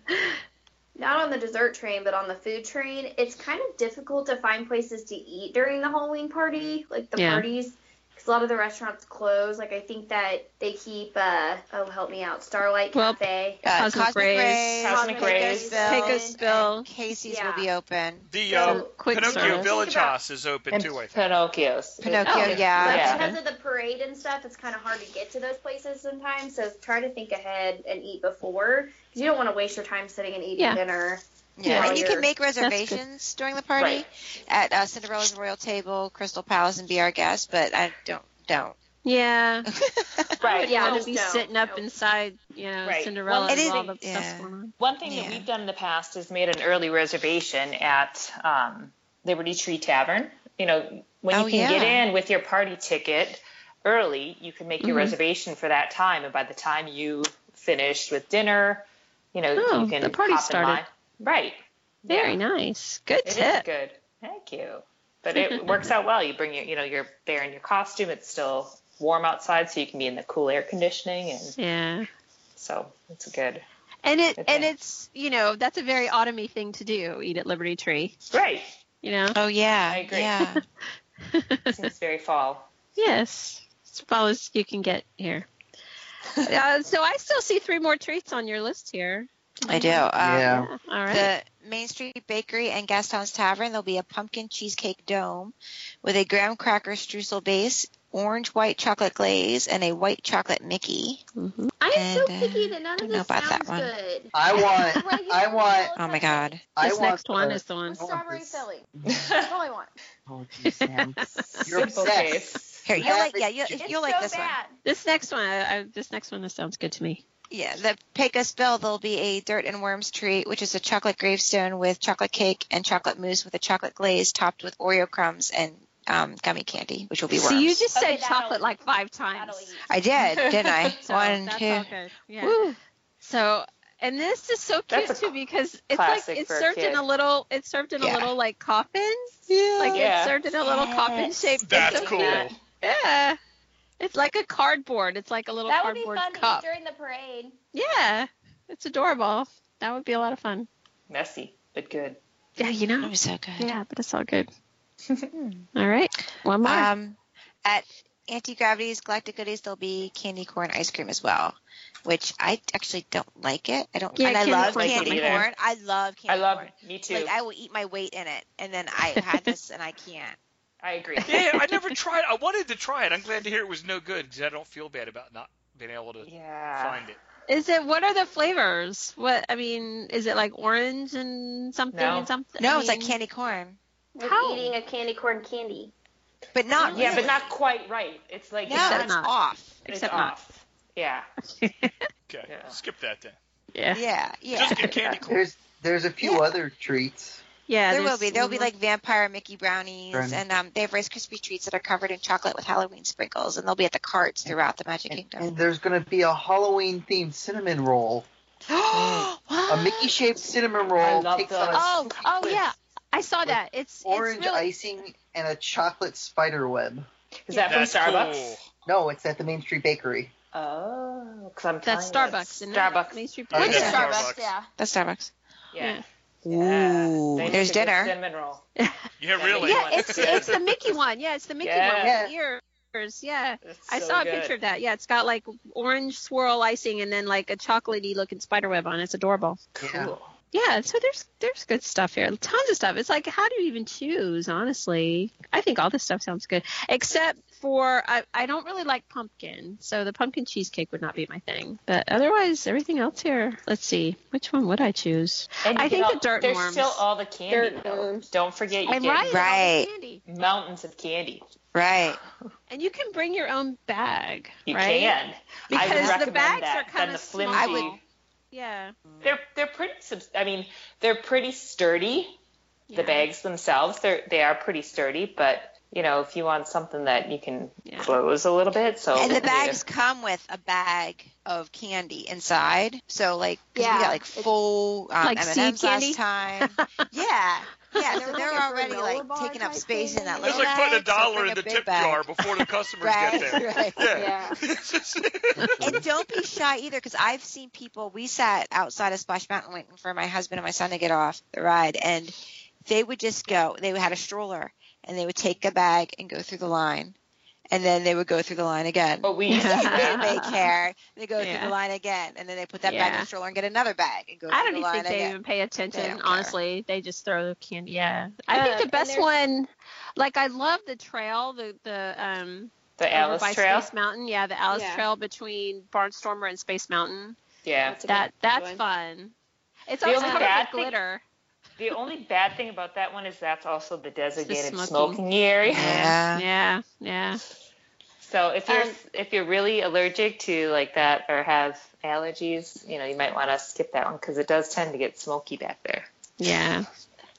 Speaker 5: not on the dessert train, but on the food train, it's kind of difficult to find places to eat during the Halloween party, like the
Speaker 1: Yeah.
Speaker 5: parties, because a lot of the restaurants close. Like I think that they keep, uh, oh help me out, Starlight
Speaker 1: Well,
Speaker 5: Cafe.
Speaker 7: Uh,
Speaker 1: Cosmic Rays,
Speaker 6: Cosmic Rays,
Speaker 1: Pecosville.
Speaker 7: and Casey's
Speaker 5: Yeah.
Speaker 7: will be open.
Speaker 3: The
Speaker 6: Oh,
Speaker 5: So,
Speaker 3: uh,
Speaker 1: Quick
Speaker 3: Pinocchio
Speaker 1: service.
Speaker 3: Village
Speaker 5: Think about-
Speaker 3: House is open
Speaker 6: And
Speaker 3: too, I think.
Speaker 6: Pinocchio's.
Speaker 7: Pinocchio,
Speaker 5: Oh,
Speaker 7: yeah.
Speaker 5: But
Speaker 6: Yeah.
Speaker 5: because of the parade and stuff, it's kind of hard to get to those places sometimes. So try to think ahead and eat before, because you don't want to waste your time sitting and eating
Speaker 1: Yeah.
Speaker 5: dinner.
Speaker 7: Yeah,
Speaker 5: Yeah.
Speaker 7: and you
Speaker 5: Or-
Speaker 7: can make
Speaker 1: good.
Speaker 7: reservations during the party
Speaker 6: Right.
Speaker 7: at uh, Cinderella's Royal Table, Crystal Palace, and Be Our Guest. But I don't don't.
Speaker 1: Yeah.
Speaker 6: Right.
Speaker 5: Yeah,
Speaker 1: I don't
Speaker 5: just
Speaker 1: be
Speaker 5: don't.
Speaker 1: sitting up
Speaker 5: Nope.
Speaker 1: inside, you know,
Speaker 6: Right.
Speaker 1: Cinderella
Speaker 6: Well,
Speaker 1: with
Speaker 7: it is-
Speaker 1: all the
Speaker 7: yeah.
Speaker 1: stuff going on.
Speaker 6: One thing that
Speaker 7: Yeah.
Speaker 6: we've done in the past is made an early reservation at um, Liberty Tree Tavern. You know, when
Speaker 7: Oh,
Speaker 6: you can get
Speaker 7: yeah.
Speaker 6: in with your party ticket early, you can make your
Speaker 1: Mhm.
Speaker 6: reservation for that time, and by the time you finish with dinner, you know,
Speaker 1: Oh,
Speaker 6: you can
Speaker 1: the party
Speaker 6: hop
Speaker 1: started.
Speaker 6: in line. Right.
Speaker 1: Very
Speaker 6: Yeah.
Speaker 1: nice. Good
Speaker 6: It is
Speaker 1: tip.
Speaker 6: good. Thank you. But
Speaker 1: [laughs]
Speaker 6: it works out well. You bring your, you know, you're there in your costume. It's still warm outside, so you can be in the cool air conditioning, and
Speaker 1: Yeah.
Speaker 6: so it's good.
Speaker 1: And it
Speaker 6: Good
Speaker 1: and
Speaker 6: thing.
Speaker 1: it's you know, that's a very autumny thing to do, eat at Liberty Tree.
Speaker 6: Right.
Speaker 1: You
Speaker 7: [laughs]
Speaker 1: know?
Speaker 7: Oh yeah,
Speaker 6: I agree.
Speaker 7: Yeah,
Speaker 6: Seems very fall.
Speaker 1: Yes. It's about as you can get here. uh, so I still see three more treats on your list here.
Speaker 7: [laughs] I do. Um,
Speaker 6: [laughs]
Speaker 8: Yeah.
Speaker 1: All right.
Speaker 7: The Main Street Bakery and Gaston's Tavern, there'll be a pumpkin cheesecake dome with a graham cracker streusel base orange white chocolate glaze and a white chocolate Mickey.
Speaker 1: Mhm.
Speaker 5: I am so
Speaker 7: And, uh,
Speaker 5: picky that none
Speaker 7: don't
Speaker 5: of
Speaker 7: know
Speaker 5: this
Speaker 7: about that
Speaker 5: sounds
Speaker 7: one.
Speaker 5: good.
Speaker 8: I
Speaker 5: [laughs]
Speaker 8: want.
Speaker 5: Regular
Speaker 8: I want.
Speaker 5: vanilla
Speaker 7: Oh my
Speaker 5: chocolate
Speaker 7: god.
Speaker 8: I
Speaker 1: [laughs] This
Speaker 8: want
Speaker 1: next one
Speaker 8: the-
Speaker 1: is the one.
Speaker 5: With
Speaker 8: I want
Speaker 5: strawberry
Speaker 8: this.
Speaker 5: filling. That's all I want.
Speaker 8: [laughs] Oh, geez, Sam.
Speaker 4: [laughs]
Speaker 8: You're
Speaker 6: Simple
Speaker 8: obsessed.
Speaker 6: case.
Speaker 7: Here, you'll like yeah, [laughs] you'll,
Speaker 8: It's
Speaker 5: It's
Speaker 7: you'll like
Speaker 5: so
Speaker 7: this one.
Speaker 5: bad.
Speaker 1: This next one, I, I, this next one, this sounds good to me.
Speaker 7: Yeah, the Pecos Bill, there'll be a dirt and worms treat, which is a chocolate gravestone with chocolate cake and chocolate mousse with a chocolate glaze topped with Oreo crumbs and um, gummy candy, which will be worms.
Speaker 1: So you just
Speaker 5: Okay,
Speaker 1: said
Speaker 5: that'll-
Speaker 1: chocolate like five times.
Speaker 5: That'll eat.
Speaker 7: I
Speaker 1: [laughs]
Speaker 7: did, didn't I?
Speaker 1: So
Speaker 7: One,
Speaker 1: that's
Speaker 7: two.
Speaker 1: all good. Yeah.
Speaker 7: Woo.
Speaker 1: So, and this is so
Speaker 6: That's
Speaker 1: cute
Speaker 6: a
Speaker 1: too because it's like
Speaker 6: classic
Speaker 1: it's
Speaker 6: for a
Speaker 1: served in
Speaker 6: kid.
Speaker 1: a little, it's served in a
Speaker 7: Yeah.
Speaker 1: little like coffin.
Speaker 7: Yeah.
Speaker 1: Like
Speaker 6: Yeah.
Speaker 1: it's served in a little coffin shape.
Speaker 3: That's cool.
Speaker 6: Yeah.
Speaker 1: Yeah. It's like a cardboard. It's like a little
Speaker 5: That would be
Speaker 1: cardboard
Speaker 5: fun to eat
Speaker 1: cup.
Speaker 5: during the parade.
Speaker 1: Yeah. It's adorable. That would be a lot of fun.
Speaker 6: Messy, but good.
Speaker 1: Yeah, you
Speaker 7: That
Speaker 1: know.
Speaker 7: was so good.
Speaker 1: Yeah, but it's all
Speaker 7: [laughs]
Speaker 1: good. all right. One more.
Speaker 7: Um, at Anti Gravity's Galactic Goodies, there'll be candy corn ice cream as well, which I actually don't like it. I don't.
Speaker 1: Yeah,
Speaker 7: and I
Speaker 1: candy
Speaker 7: love
Speaker 1: corn's
Speaker 6: not
Speaker 7: candy
Speaker 6: good either.
Speaker 7: corn. I love
Speaker 6: I
Speaker 7: candy
Speaker 6: love
Speaker 7: corn.
Speaker 6: me too.
Speaker 7: Like I will eat my weight in it, and then I had this and I can't. [laughs]
Speaker 6: I
Speaker 1: [laughs]
Speaker 6: agree.
Speaker 3: Yeah, I never tried. I wanted to try it. I'm glad to hear it was no good because I don't feel bad about not being able to
Speaker 6: Yeah.
Speaker 3: find it.
Speaker 1: Is it what are the flavors? What I mean, is it like orange and something
Speaker 6: No.
Speaker 1: and something?
Speaker 7: No,
Speaker 1: I
Speaker 7: it's like
Speaker 1: mean-
Speaker 7: candy corn,
Speaker 5: With
Speaker 1: How?
Speaker 5: eating a candy corn candy.
Speaker 7: but not.
Speaker 6: Yeah, but
Speaker 7: really.
Speaker 6: not quite right. It's like
Speaker 7: No,
Speaker 1: Except
Speaker 7: it's
Speaker 1: not.
Speaker 7: off.
Speaker 6: it's,
Speaker 1: except
Speaker 6: it's
Speaker 1: not.
Speaker 6: off. Yeah.
Speaker 3: Okay,
Speaker 6: Yeah.
Speaker 3: skip that then.
Speaker 1: Yeah. Yeah.
Speaker 7: Yeah, yeah.
Speaker 3: Just get candy
Speaker 4: [laughs]
Speaker 3: corn.
Speaker 8: There's there's a few
Speaker 7: Yeah.
Speaker 8: other treats.
Speaker 7: there will
Speaker 1: there's-
Speaker 7: be. There'll be like vampire Mickey brownies,
Speaker 8: Brownies.
Speaker 2: [gasps]
Speaker 7: and [gasps] um, they have Rice Krispie treats that are covered in chocolate with Halloween sprinkles, and they'll be at the carts throughout the Magic
Speaker 8: And,
Speaker 7: Kingdom.
Speaker 8: and there's gonna be a Halloween themed cinnamon roll, a
Speaker 7: [gasps] what?
Speaker 8: Mickey shaped cinnamon roll
Speaker 6: love
Speaker 8: takes on a
Speaker 6: those.
Speaker 1: Oh,
Speaker 8: spooky
Speaker 1: oh
Speaker 8: twist.
Speaker 1: yeah. I saw that. It's
Speaker 8: orange
Speaker 1: it's really,
Speaker 8: icing and a chocolate spider web.
Speaker 6: Is that
Speaker 3: That's
Speaker 6: from Starbucks?
Speaker 3: cool.
Speaker 8: No, it's at the Main Street Bakery.
Speaker 6: Oh, because I'm
Speaker 1: That's
Speaker 6: telling you,
Speaker 1: Starbucks. isn't it?
Speaker 6: Starbucks.
Speaker 1: Main Street
Speaker 8: Oh,
Speaker 1: Bakery.
Speaker 8: yeah.
Speaker 3: Starbucks.
Speaker 5: Yeah.
Speaker 7: That's Starbucks.
Speaker 6: Yeah.
Speaker 7: Ooh,
Speaker 6: yeah. They
Speaker 7: there's
Speaker 6: need to get
Speaker 7: dinner.
Speaker 6: Cinnamon roll.
Speaker 3: Yeah, really.
Speaker 1: Yeah, it's
Speaker 6: Yeah.
Speaker 1: it's the Mickey one. Yeah, it's the Mickey
Speaker 6: Yeah.
Speaker 1: one with the ears. Yeah.
Speaker 6: It's
Speaker 1: I
Speaker 6: so
Speaker 1: saw a
Speaker 6: good.
Speaker 1: picture of that. Yeah, it's got like orange swirl icing and then like a chocolatey looking spider web on. it. It's adorable.
Speaker 8: Yeah.
Speaker 6: Cool.
Speaker 1: Yeah, so there's there's good stuff here. Tons of stuff. It's like how do you even choose, honestly? I think all this stuff sounds good. Except for I, I don't really like pumpkin, so the pumpkin cheesecake would not be my thing. But otherwise everything else here. Let's see. Which one would I choose?
Speaker 6: And
Speaker 1: I
Speaker 6: you
Speaker 1: think
Speaker 6: know,
Speaker 1: the dirt
Speaker 6: There's
Speaker 1: worms.
Speaker 6: still all the candy.
Speaker 5: Dirt
Speaker 6: though.
Speaker 5: worms.
Speaker 6: Don't forget you
Speaker 1: I'm
Speaker 6: get
Speaker 1: right.
Speaker 7: Right.
Speaker 1: Candy.
Speaker 6: mountains of candy.
Speaker 7: Right.
Speaker 1: And you can bring your own bag,
Speaker 6: You
Speaker 1: right?
Speaker 6: can. I would
Speaker 1: Because the
Speaker 6: recommend
Speaker 1: bags
Speaker 6: that.
Speaker 1: are
Speaker 6: than
Speaker 1: kinda
Speaker 6: the flimsy.
Speaker 1: small. I would- Yeah.
Speaker 6: They're they're pretty. subs- I mean, they're pretty sturdy.
Speaker 1: Yeah.
Speaker 6: The bags themselves, they're they are pretty sturdy. But you know, if you want something that you can
Speaker 1: Yeah.
Speaker 6: close a little bit, so
Speaker 7: And the
Speaker 6: Oh, yeah.
Speaker 7: bags come with a bag of candy inside. So like 'cause we
Speaker 5: Yeah.
Speaker 7: got like full um,
Speaker 1: Like
Speaker 7: M&Ms
Speaker 1: seed
Speaker 7: last
Speaker 1: candy?
Speaker 7: time. yeah. Yeah, so
Speaker 5: They're
Speaker 7: they're
Speaker 5: like a
Speaker 7: already
Speaker 5: granola
Speaker 7: like
Speaker 5: bar
Speaker 7: taking up
Speaker 5: type
Speaker 7: space in
Speaker 5: thing.
Speaker 7: that
Speaker 5: It's
Speaker 7: little
Speaker 3: It's like putting a
Speaker 7: bag, so
Speaker 3: dollar
Speaker 7: bring
Speaker 3: in the
Speaker 7: big
Speaker 3: tip
Speaker 7: bag.
Speaker 3: jar before the customers
Speaker 7: Right, [laughs]
Speaker 3: get there.
Speaker 7: right.
Speaker 3: Yeah. [laughs]
Speaker 5: Yeah.
Speaker 7: And don't be shy either, because I've seen people. We sat outside of Splash Mountain waiting for my husband and my son to get off the ride, and they would just go. They had a stroller, and they would take a bag and go through the line, and then they would go through the line again.
Speaker 6: But we
Speaker 7: [laughs]
Speaker 1: [laughs]
Speaker 7: did they care? They go
Speaker 1: Oh. Yeah.
Speaker 7: through the line again, and then they put that bag in
Speaker 1: Yeah.
Speaker 7: the stroller and get another bag and go
Speaker 1: I
Speaker 7: through
Speaker 1: don't
Speaker 7: the
Speaker 1: even
Speaker 7: line
Speaker 1: think they
Speaker 7: again.
Speaker 1: even pay
Speaker 7: They
Speaker 1: attention.
Speaker 7: don't care.
Speaker 1: Honestly, they just throw the candy. Yeah, I
Speaker 5: Yeah,
Speaker 1: think the
Speaker 5: Uh, and
Speaker 1: best
Speaker 5: there's-
Speaker 1: one, like I love the trail, the the um
Speaker 6: the
Speaker 1: over
Speaker 6: Alice
Speaker 1: by
Speaker 6: Trail.
Speaker 1: Space Mountain. Yeah, the Alice
Speaker 5: Yeah.
Speaker 1: Trail between Barnstormer and Space Mountain.
Speaker 6: Yeah.
Speaker 5: That's a good
Speaker 1: That that's
Speaker 5: one.
Speaker 1: fun. It's
Speaker 6: The
Speaker 1: also
Speaker 6: only
Speaker 1: covered
Speaker 6: bad
Speaker 1: with
Speaker 6: thing-
Speaker 1: glitter.
Speaker 6: The only bad thing about that one is that's also the designated
Speaker 1: smoking.
Speaker 6: smoking area.
Speaker 7: Yeah.
Speaker 1: yeah, yeah.
Speaker 6: So if you're
Speaker 5: Um,
Speaker 6: if you're really allergic to like that or have allergies, you know, you might want to skip that one because it does tend to get smoky back there.
Speaker 1: yeah.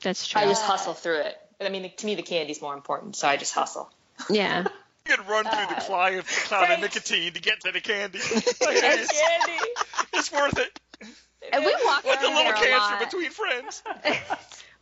Speaker 1: That's true.
Speaker 6: I just hustle through it. I mean, to me, the candy's more important, so I just [laughs] hustle.
Speaker 1: yeah.
Speaker 3: You could run through the
Speaker 5: Uh,
Speaker 3: cloud of, cloud of
Speaker 6: right.
Speaker 3: nicotine to get to the candy. it's, it's worth it.
Speaker 1: And we walk
Speaker 3: Like a
Speaker 1: through
Speaker 3: little
Speaker 1: there a
Speaker 3: cancer
Speaker 1: lot.
Speaker 3: between friends.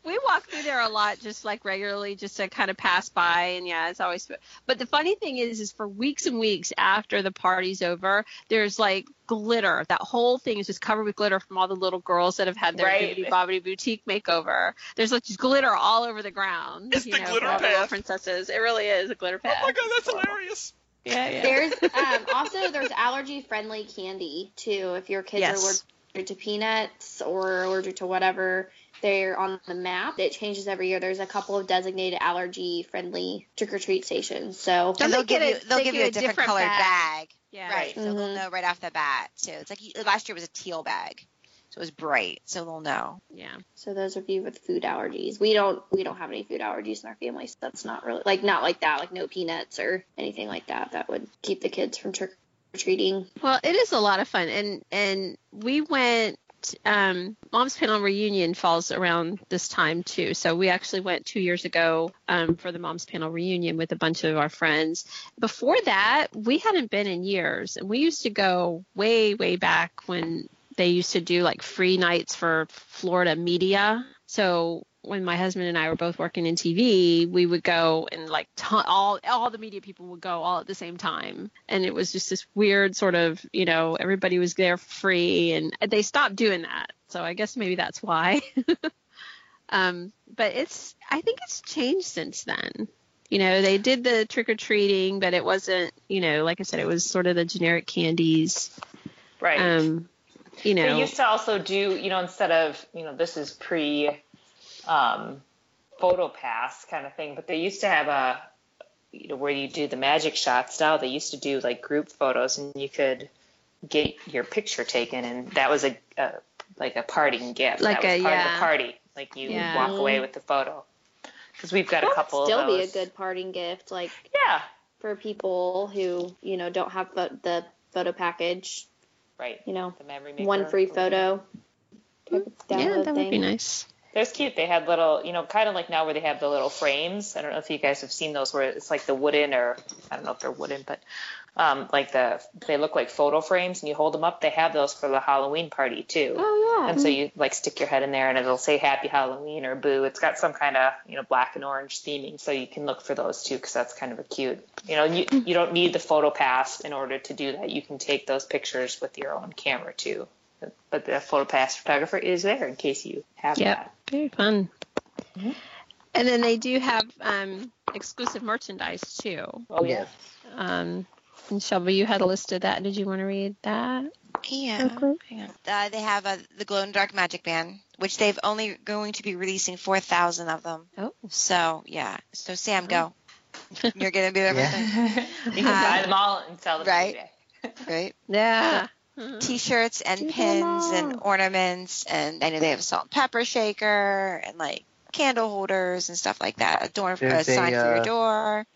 Speaker 1: We walk through there a lot, just like regularly, just to kind of pass by, and yeah, it's always. But the funny thing is, is for weeks and weeks after the party's over, there's like glitter. That whole thing is just covered with glitter from all the little girls that have had their
Speaker 6: Right.
Speaker 1: bibbidi bobbidi boutique makeover. There's like just glitter all over the ground.
Speaker 3: It's
Speaker 1: you
Speaker 3: the
Speaker 1: know,
Speaker 3: glitter
Speaker 1: for all the little
Speaker 3: path.
Speaker 1: princesses. It really is a glitter
Speaker 3: Oh
Speaker 1: path.
Speaker 3: my god, that's hilarious.
Speaker 1: Yeah, yeah.
Speaker 6: [laughs]
Speaker 5: There's um, also there's allergy friendly candy too. If your kids
Speaker 1: Yes.
Speaker 5: are allergic to peanuts or allergic to whatever, They're on the map. It changes every year. There's a couple of designated allergy friendly trick or treat stations. So
Speaker 1: Don't
Speaker 7: And
Speaker 1: they
Speaker 7: they'll give
Speaker 1: get
Speaker 7: you
Speaker 1: a-
Speaker 7: they'll
Speaker 1: they
Speaker 7: give
Speaker 1: get
Speaker 7: you
Speaker 1: a
Speaker 7: a different,
Speaker 1: different
Speaker 7: colored
Speaker 1: bag.
Speaker 7: bag.
Speaker 1: Yeah.
Speaker 7: Right. So
Speaker 5: Mhm.
Speaker 7: they'll know right off the bat too. It's like last year was a teal bag, so it was bright. So they'll know.
Speaker 1: Yeah.
Speaker 5: So those of you with food allergies, we don't we don't have any food allergies in our family, so that's not really like not like that, like no peanuts or anything like that. That would keep the kids from trick or treating.
Speaker 1: Well, it is a lot of fun, and and we went. Um, Mom's panel reunion falls around this time too, so we actually went two years ago um, for the Mom's panel reunion with a bunch of our friends. Before that, we hadn't been in years, and we used to go way way back when they used to do like free nights for Florida media. So when my husband and I were both working in TV, we would go and like ton- all all the media people would go all at the same time, and it was just this weird sort of you know everybody was there for free, and they stopped doing that. So I guess maybe that's why. [laughs] um, but it's I think it's changed since then. You know, they did the trick or treating, but it wasn't you know like I said, it was sort of the generic candies.
Speaker 6: Right.
Speaker 1: Um, you know,
Speaker 6: They used to also do, you know, instead of, you know, this is pre um, photo pass kind of thing, but they used to have a, you know, where you do the magic shots now, they used to do like group photos and you could get your picture taken and that was a, a like a parting gift.
Speaker 1: Like
Speaker 6: that was
Speaker 1: a-
Speaker 6: part of
Speaker 1: yeah.
Speaker 6: the party. Like you
Speaker 1: Yeah.
Speaker 6: walk away with the photo. Because we've got a
Speaker 5: Mm-hmm. That
Speaker 6: couple
Speaker 5: would still
Speaker 6: of those.
Speaker 5: be a good parting gift, like
Speaker 6: Yeah.
Speaker 5: for people who you know don't have the, the photo package.
Speaker 6: Right.
Speaker 5: You know,
Speaker 6: The memory maker.
Speaker 5: one free photo. Download
Speaker 1: yeah, that would
Speaker 5: thing.
Speaker 1: be nice.
Speaker 6: There's cute. They had little, you know, kind of like now where they have the little frames. I don't know if you guys have seen those where it's like the wooden or I don't know if they're wooden, but um, like the they look like photo frames and you hold them up. They have those for the Halloween party too.
Speaker 5: Oh yeah.
Speaker 6: And so you like stick your head in there and it'll say Happy Halloween or Boo. It's got some kind of you know black and orange theming, so you can look for those too because that's kind of a cute. You know, you you don't need the photo pass in order to do that. You can take those pictures with your own camera too. But the photo pass photographer is there in case you have
Speaker 1: Yep.
Speaker 6: that.
Speaker 1: Very fun. And then they do have um, exclusive merchandise too.
Speaker 6: Oh yeah.
Speaker 8: Yes.
Speaker 1: Um, and Shelby, you had a list of that. Did you want to read that?
Speaker 7: Yeah.
Speaker 1: Okay.
Speaker 7: Hang on. Uh, they have uh, the glow in the dark magic band, which they've only going to be releasing four thousand of them.
Speaker 1: Oh.
Speaker 7: So yeah. So Sam, go. [laughs] You're gonna do
Speaker 4: [laughs]
Speaker 7: everything,
Speaker 6: [laughs] you can buy them all and sell them
Speaker 7: Right.
Speaker 6: every day.
Speaker 7: right?
Speaker 1: Yeah.
Speaker 7: T-shirts and
Speaker 1: Do them
Speaker 7: pins and
Speaker 1: all.
Speaker 7: ornaments, and I know they have a salt and pepper shaker and like candle holders and stuff like that. A door, a
Speaker 4: There's a,
Speaker 7: sign for
Speaker 4: uh,
Speaker 7: your door.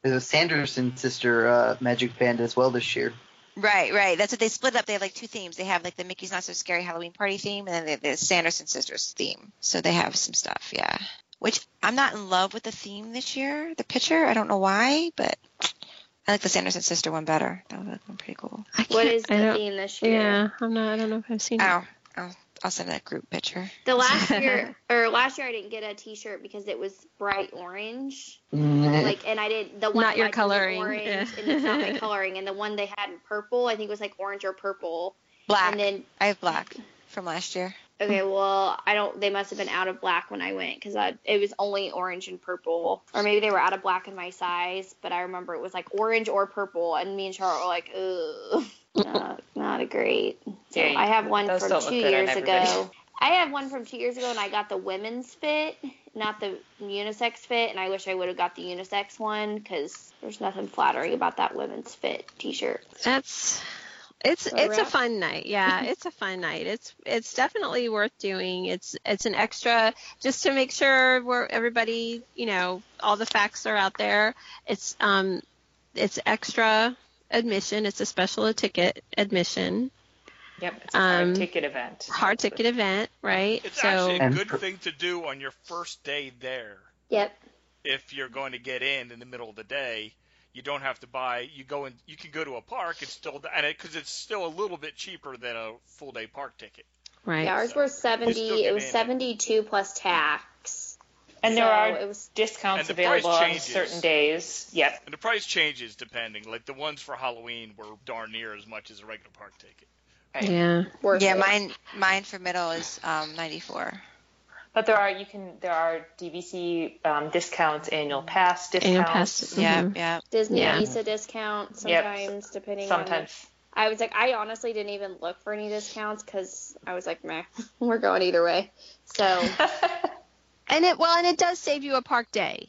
Speaker 4: There's a Sanderson sister uh, magic band as well this year.
Speaker 7: Right, right. That's what they split up. They have like two themes. They have like the Mickey's Not So Scary Halloween Party theme, and then they have the Sanderson Sisters theme. So they have some stuff, yeah. Which I'm not in love with the theme this year, the picture. I don't know why, but I like the Sanderson Sister one better. That was pretty cool.
Speaker 1: I can't,
Speaker 5: What is
Speaker 1: I
Speaker 5: the
Speaker 1: don't,
Speaker 5: theme this year?
Speaker 1: yeah, I'm not. I don't know if I've seen it.
Speaker 7: Oh, I'll, I'll send that group picture.
Speaker 5: The
Speaker 1: [laughs]
Speaker 5: last year or last year I didn't get a T-shirt because it was bright orange.
Speaker 1: Mm-hmm.
Speaker 5: like and I did the one
Speaker 1: Not your
Speaker 5: I did was
Speaker 1: coloring,
Speaker 5: orange
Speaker 1: yeah.
Speaker 5: and it's
Speaker 1: [laughs]
Speaker 5: not my coloring and the one they had in purple I think was like orange or purple
Speaker 7: Black.
Speaker 5: and then
Speaker 7: I have black from last year.
Speaker 5: okay well I don't they must have been out of black when I went because it was only orange and purple or maybe they were out of black in my size but I remember it was like orange or purple and me and Charlotte were like ugh [laughs] not, not a great so
Speaker 6: Yeah, you-
Speaker 5: I have one
Speaker 6: those
Speaker 5: from
Speaker 6: don't look
Speaker 5: two
Speaker 6: good on
Speaker 5: years
Speaker 6: everybody. [laughs]
Speaker 5: ago I had one from two years ago, and I got the women's fit, not the unisex fit. And I wish I would have got the unisex one because there's nothing flattering about that women's fit T-shirt.
Speaker 1: That's it's
Speaker 5: So
Speaker 1: it's a
Speaker 5: wrap.
Speaker 1: fun night. [laughs] Yeah, it's a fun night. It's it's definitely worth doing. It's it's an extra just to make sure we're everybody, you know, all the facts are out there. It's um it's extra admission. It's a special ticket admission,
Speaker 6: Yep. It's a hard
Speaker 1: Um,
Speaker 6: ticket event.
Speaker 1: hard ticket event, right?
Speaker 3: It's
Speaker 1: so
Speaker 3: actually a
Speaker 4: And
Speaker 3: good
Speaker 4: per-
Speaker 3: thing to do on your first day there.
Speaker 5: Yep.
Speaker 3: If you're going to get in in the middle of the day, you don't have to buy. You go in. You can go to a park. It's still and because it's still a little bit cheaper than a full day park ticket.
Speaker 1: right.
Speaker 5: Yeah, ours were
Speaker 3: still
Speaker 5: seventy.
Speaker 3: get
Speaker 5: It was
Speaker 3: in it.
Speaker 5: seventy-two plus tax.
Speaker 6: And there
Speaker 5: So
Speaker 6: are
Speaker 5: It was
Speaker 6: discounts
Speaker 3: And the price
Speaker 6: available on
Speaker 3: changes.
Speaker 6: certain days. Yep.
Speaker 3: And the price changes depending. Like the ones for Halloween were darn near as much as a regular park ticket.
Speaker 1: Yeah.
Speaker 5: worth
Speaker 7: yeah,
Speaker 5: it.
Speaker 7: mine mine for middle is um, 94.
Speaker 6: But there are you can there are DVC um, discounts, annual pass discounts. Mm-hmm.
Speaker 1: Annual pass.
Speaker 7: Yeah,
Speaker 1: Mhm.
Speaker 7: yeah.
Speaker 5: Disney
Speaker 1: Yeah.
Speaker 5: Visa discount
Speaker 6: Yep.
Speaker 5: sometimes, depending on
Speaker 6: Sometimes [laughs]
Speaker 5: I was like, I honestly didn't even look for any discounts because I was like, meh, [laughs] we're going either way. So
Speaker 1: And it well, and it does save you a park day.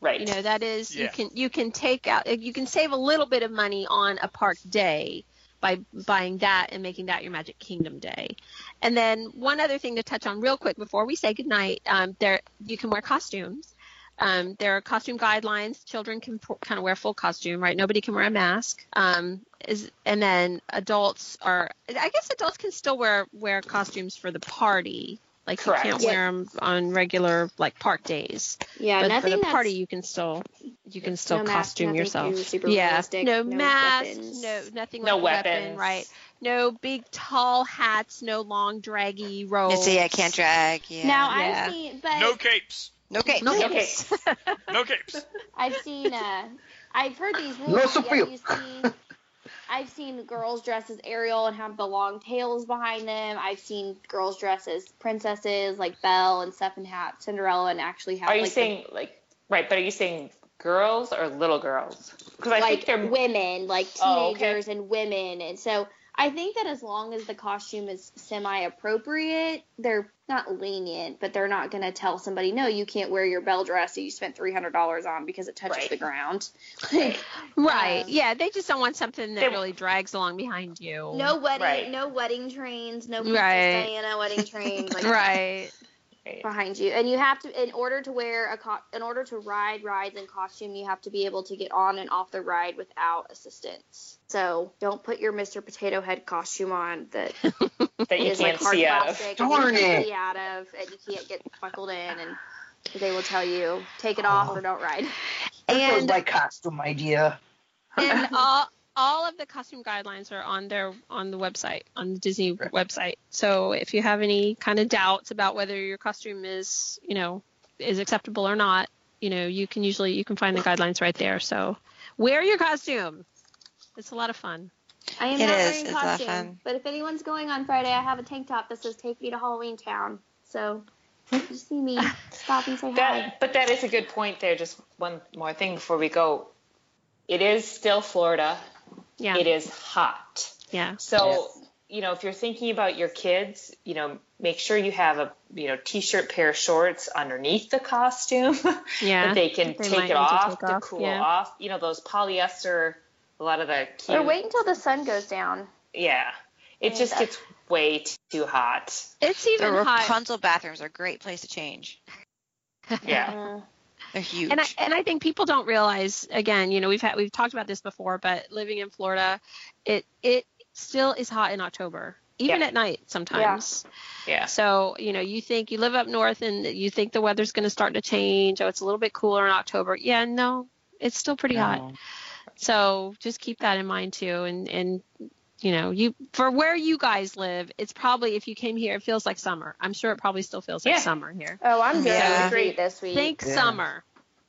Speaker 6: right.
Speaker 1: You know, that is
Speaker 3: Yeah.
Speaker 1: you can you can take out you can save a little bit of money on a park day by buying that and making that your Magic Kingdom day. And then one other thing to touch on real quick before we say goodnight, um, there you can wear costumes. Um, there are costume guidelines. Children can p- kind of wear full costume, right? Nobody can wear a mask. Um, is and then adults are. I guess adults can still wear wear costumes for the party. Like
Speaker 6: Correct.
Speaker 1: you can't
Speaker 5: Yeah.
Speaker 1: wear 'em on regular like park days
Speaker 5: yeah,
Speaker 1: but
Speaker 5: nothing
Speaker 1: for the
Speaker 5: that's
Speaker 1: party you can still you can still
Speaker 5: no mask,
Speaker 1: costume
Speaker 5: nothing
Speaker 1: yourself
Speaker 5: too super
Speaker 1: yeah
Speaker 5: realistic,
Speaker 1: no,
Speaker 5: no
Speaker 1: masks
Speaker 5: weapons.
Speaker 1: no nothing
Speaker 6: No
Speaker 1: like a weapon
Speaker 6: weapons.
Speaker 1: right no big tall hats no long draggy robes
Speaker 7: It's a, yeah, can't drag. Yeah.
Speaker 5: Now
Speaker 1: Yeah.
Speaker 5: I've seen, but
Speaker 3: No capes.
Speaker 7: okay.
Speaker 1: no
Speaker 5: [laughs]
Speaker 6: Okay.
Speaker 1: capes.
Speaker 3: No capes.
Speaker 5: I've seen. Uh, I've heard these rules.
Speaker 8: No
Speaker 5: but
Speaker 8: supreme.
Speaker 5: yet you see, I've seen girls dressed as Ariel and have the long tails behind them. I've seen girls dressed as princesses like Belle and stuff and have Cinderella and actually have.
Speaker 6: Are you
Speaker 5: like, the-
Speaker 6: saying like right? But are you saying girls or little girls? Because I
Speaker 5: like
Speaker 6: think they're
Speaker 5: women, like
Speaker 6: Oh, okay.
Speaker 5: teenagers and women, and so I think that as long as the costume is semi-appropriate, they're not lenient, but they're not going to tell somebody, no, you can't wear your bell dress that you spent three hundred dollars on because it touches
Speaker 6: Right.
Speaker 5: the ground.
Speaker 1: right
Speaker 5: Um,
Speaker 1: yeah they just don't want something that
Speaker 6: They-
Speaker 1: really drags along behind you
Speaker 5: No wedding,
Speaker 6: Right.
Speaker 5: no wedding trains, no Princess
Speaker 1: Right.
Speaker 5: Diana
Speaker 6: [laughs]
Speaker 5: wedding trains, like
Speaker 1: right
Speaker 5: behind you. And you have to, in order to wear a, co- in order to ride rides in costume, you have to be able to get on and off the ride without assistance. So don't put your Mr. Potato Head costume on that
Speaker 6: that [laughs] you
Speaker 5: is like
Speaker 6: can't
Speaker 5: hard
Speaker 6: see out of.
Speaker 5: plastic.
Speaker 8: Darn
Speaker 5: and you can't
Speaker 8: it.
Speaker 5: see out of, and you can't get buckled in, and they will tell you take
Speaker 8: Oh.
Speaker 5: it off or don't ride.
Speaker 8: That was
Speaker 1: and
Speaker 8: my costume idea.
Speaker 6: [laughs]
Speaker 1: and all all of the costume guidelines are on their on the website on the Disney website. So if you have any kind of doubts about whether your costume is you know is acceptable or not, you know you can usually you can find the guidelines right there. So wear your costume. It's a lot of fun.
Speaker 5: I am
Speaker 7: It is.
Speaker 5: not wearing
Speaker 7: It's a lot of
Speaker 5: costume,
Speaker 7: fun.
Speaker 5: but if anyone's going on Friday, I have a tank top that says "Take Me to Halloween Town." So if you see me, stop and say hi.
Speaker 6: That, but that is a good point there. Just one more thing before we go. It is still Florida.
Speaker 1: Yeah.
Speaker 6: It is hot.
Speaker 1: Yeah.
Speaker 6: So, you know, if you're thinking about your kids, you know, make sure you have a, you know, t-shirt, pair of shorts underneath the costume [laughs]
Speaker 1: Yeah.
Speaker 6: that they can
Speaker 1: They might
Speaker 6: take
Speaker 1: need
Speaker 6: it
Speaker 1: to
Speaker 6: off
Speaker 1: take
Speaker 6: to
Speaker 1: off,
Speaker 6: cool
Speaker 1: yeah.
Speaker 6: off. You know, those polyester, a lot of the cute.
Speaker 5: Or wait until the sun goes down.
Speaker 6: Yeah. It just gets way
Speaker 1: [laughs]
Speaker 6: too hot.
Speaker 1: It's
Speaker 7: The
Speaker 1: even hot.
Speaker 7: Rapunzel bathrooms are a great place to change.
Speaker 6: Yeah.
Speaker 5: Mm.
Speaker 7: They're huge.
Speaker 1: And I, and I think people don't realize again, you know, we've had we've talked about this before, but living in Florida, it it still is hot in October, even
Speaker 6: Yeah.
Speaker 1: at night sometimes.
Speaker 6: Yeah.
Speaker 1: So, you know, you think you live up north and you think the weather's going to start to change. Oh, it's a little bit cooler in October. Yeah, no, it's still pretty hot. So just keep that in mind too. And, and, you know, you for where you guys live, it's probably if you came here, it feels like summer. I'm sure it probably still feels like
Speaker 6: Yeah.
Speaker 1: summer here.
Speaker 5: Oh, I'm doing
Speaker 7: Yeah.
Speaker 5: yeah. great this week.
Speaker 1: Think
Speaker 8: Yeah.
Speaker 1: summer.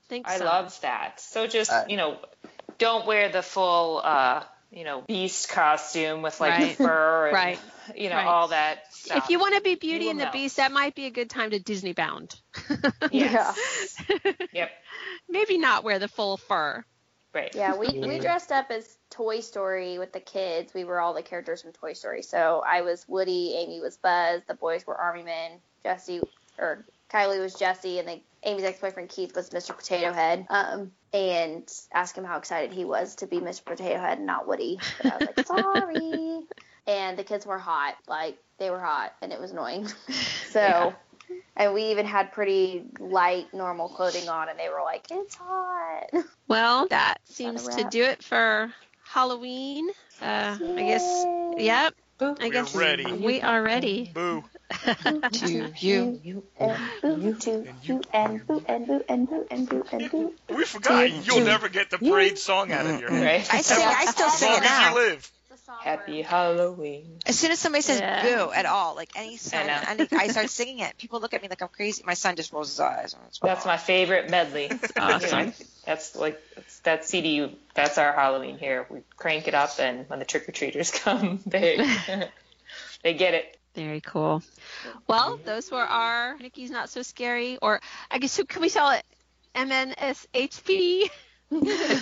Speaker 1: Think
Speaker 6: I
Speaker 1: summer.
Speaker 6: love that. So just
Speaker 8: Uh,
Speaker 6: you know, don't wear the full uh, you know beast costume with like
Speaker 1: Right.
Speaker 6: the fur and
Speaker 1: Right.
Speaker 6: you know
Speaker 1: Right.
Speaker 6: all that stuff.
Speaker 1: If you want to be Beauty
Speaker 6: will
Speaker 1: and the
Speaker 6: know.
Speaker 1: Beast, that might be a good time to Disney bound.
Speaker 6: yes. yep,
Speaker 1: Maybe not wear the full fur.
Speaker 6: right.
Speaker 5: Yeah, we, we
Speaker 8: Yeah.
Speaker 5: dressed up as Toy Story with the kids. We were all the characters from Toy Story. So I was Woody, Amy was Buzz, the boys were Army Men, Jesse or Kylie was Jesse, and then Amy's ex-boyfriend Keith was Mr. Potato Head. Um, and asked him how excited he was to be Mr. Potato Head and not Woody. But I was like, sorry.
Speaker 6: [laughs]
Speaker 5: And the kids were hot, like they were hot, and it was annoying. [laughs] so.
Speaker 6: Yeah.
Speaker 5: And we even had pretty light, normal clothing on, and they were like, "It's hot."
Speaker 1: Well, that seems to
Speaker 5: wrap.
Speaker 1: do it for Halloween. Uh, I guess. Yep. I
Speaker 3: We're
Speaker 1: guess
Speaker 3: ready.
Speaker 1: we are ready.
Speaker 3: [laughs] Boo.
Speaker 7: to you.
Speaker 3: And you and boo and boo and boo and boo and boo. We forgot. You'll never get the parade song out of your head.
Speaker 6: Right.
Speaker 7: I sing. I still
Speaker 3: As
Speaker 7: sing
Speaker 3: long
Speaker 7: it
Speaker 3: as you
Speaker 7: now.
Speaker 3: live.
Speaker 5: The song
Speaker 6: [laughs] Happy
Speaker 5: room.
Speaker 6: Halloween.
Speaker 7: As soon as somebody says
Speaker 1: Yeah.
Speaker 7: boo at all, like any song,
Speaker 6: know.
Speaker 7: I, I start singing it. People look at me like I'm crazy. My son just rolls his eyes.
Speaker 6: That's my favorite medley. [laughs]
Speaker 1: awesome.
Speaker 6: that's like that's, that CD. That's our Halloween here. We crank it up, and when the trick or treaters [laughs] come, they [laughs] they get it.
Speaker 1: Very cool. Well, those were our Mickey's Not So Scary, or I guess who can we call it? MNSHP. this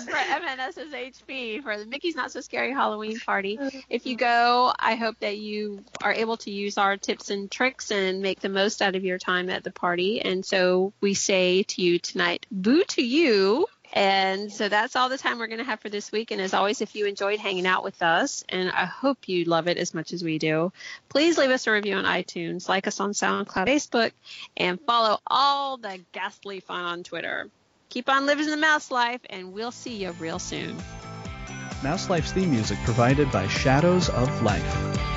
Speaker 1: is for MNSSHB for the Mickey's Not So Scary Halloween Party. If you go, I hope that you are able to use our tips and tricks and make the most out of your time at the party. And so we say to you tonight, boo to you. And so that's all the time we're going to have for this week. And as always, if you enjoyed hanging out with us, and I hope you love it as much as we do, please leave us a review on iTunes, like us on SoundCloud, Facebook, and follow all the ghastly fun on Twitter. Keep on living the mouse life, and we'll see you real soon.
Speaker 9: Mouse Life's theme music provided by Shadows of Life.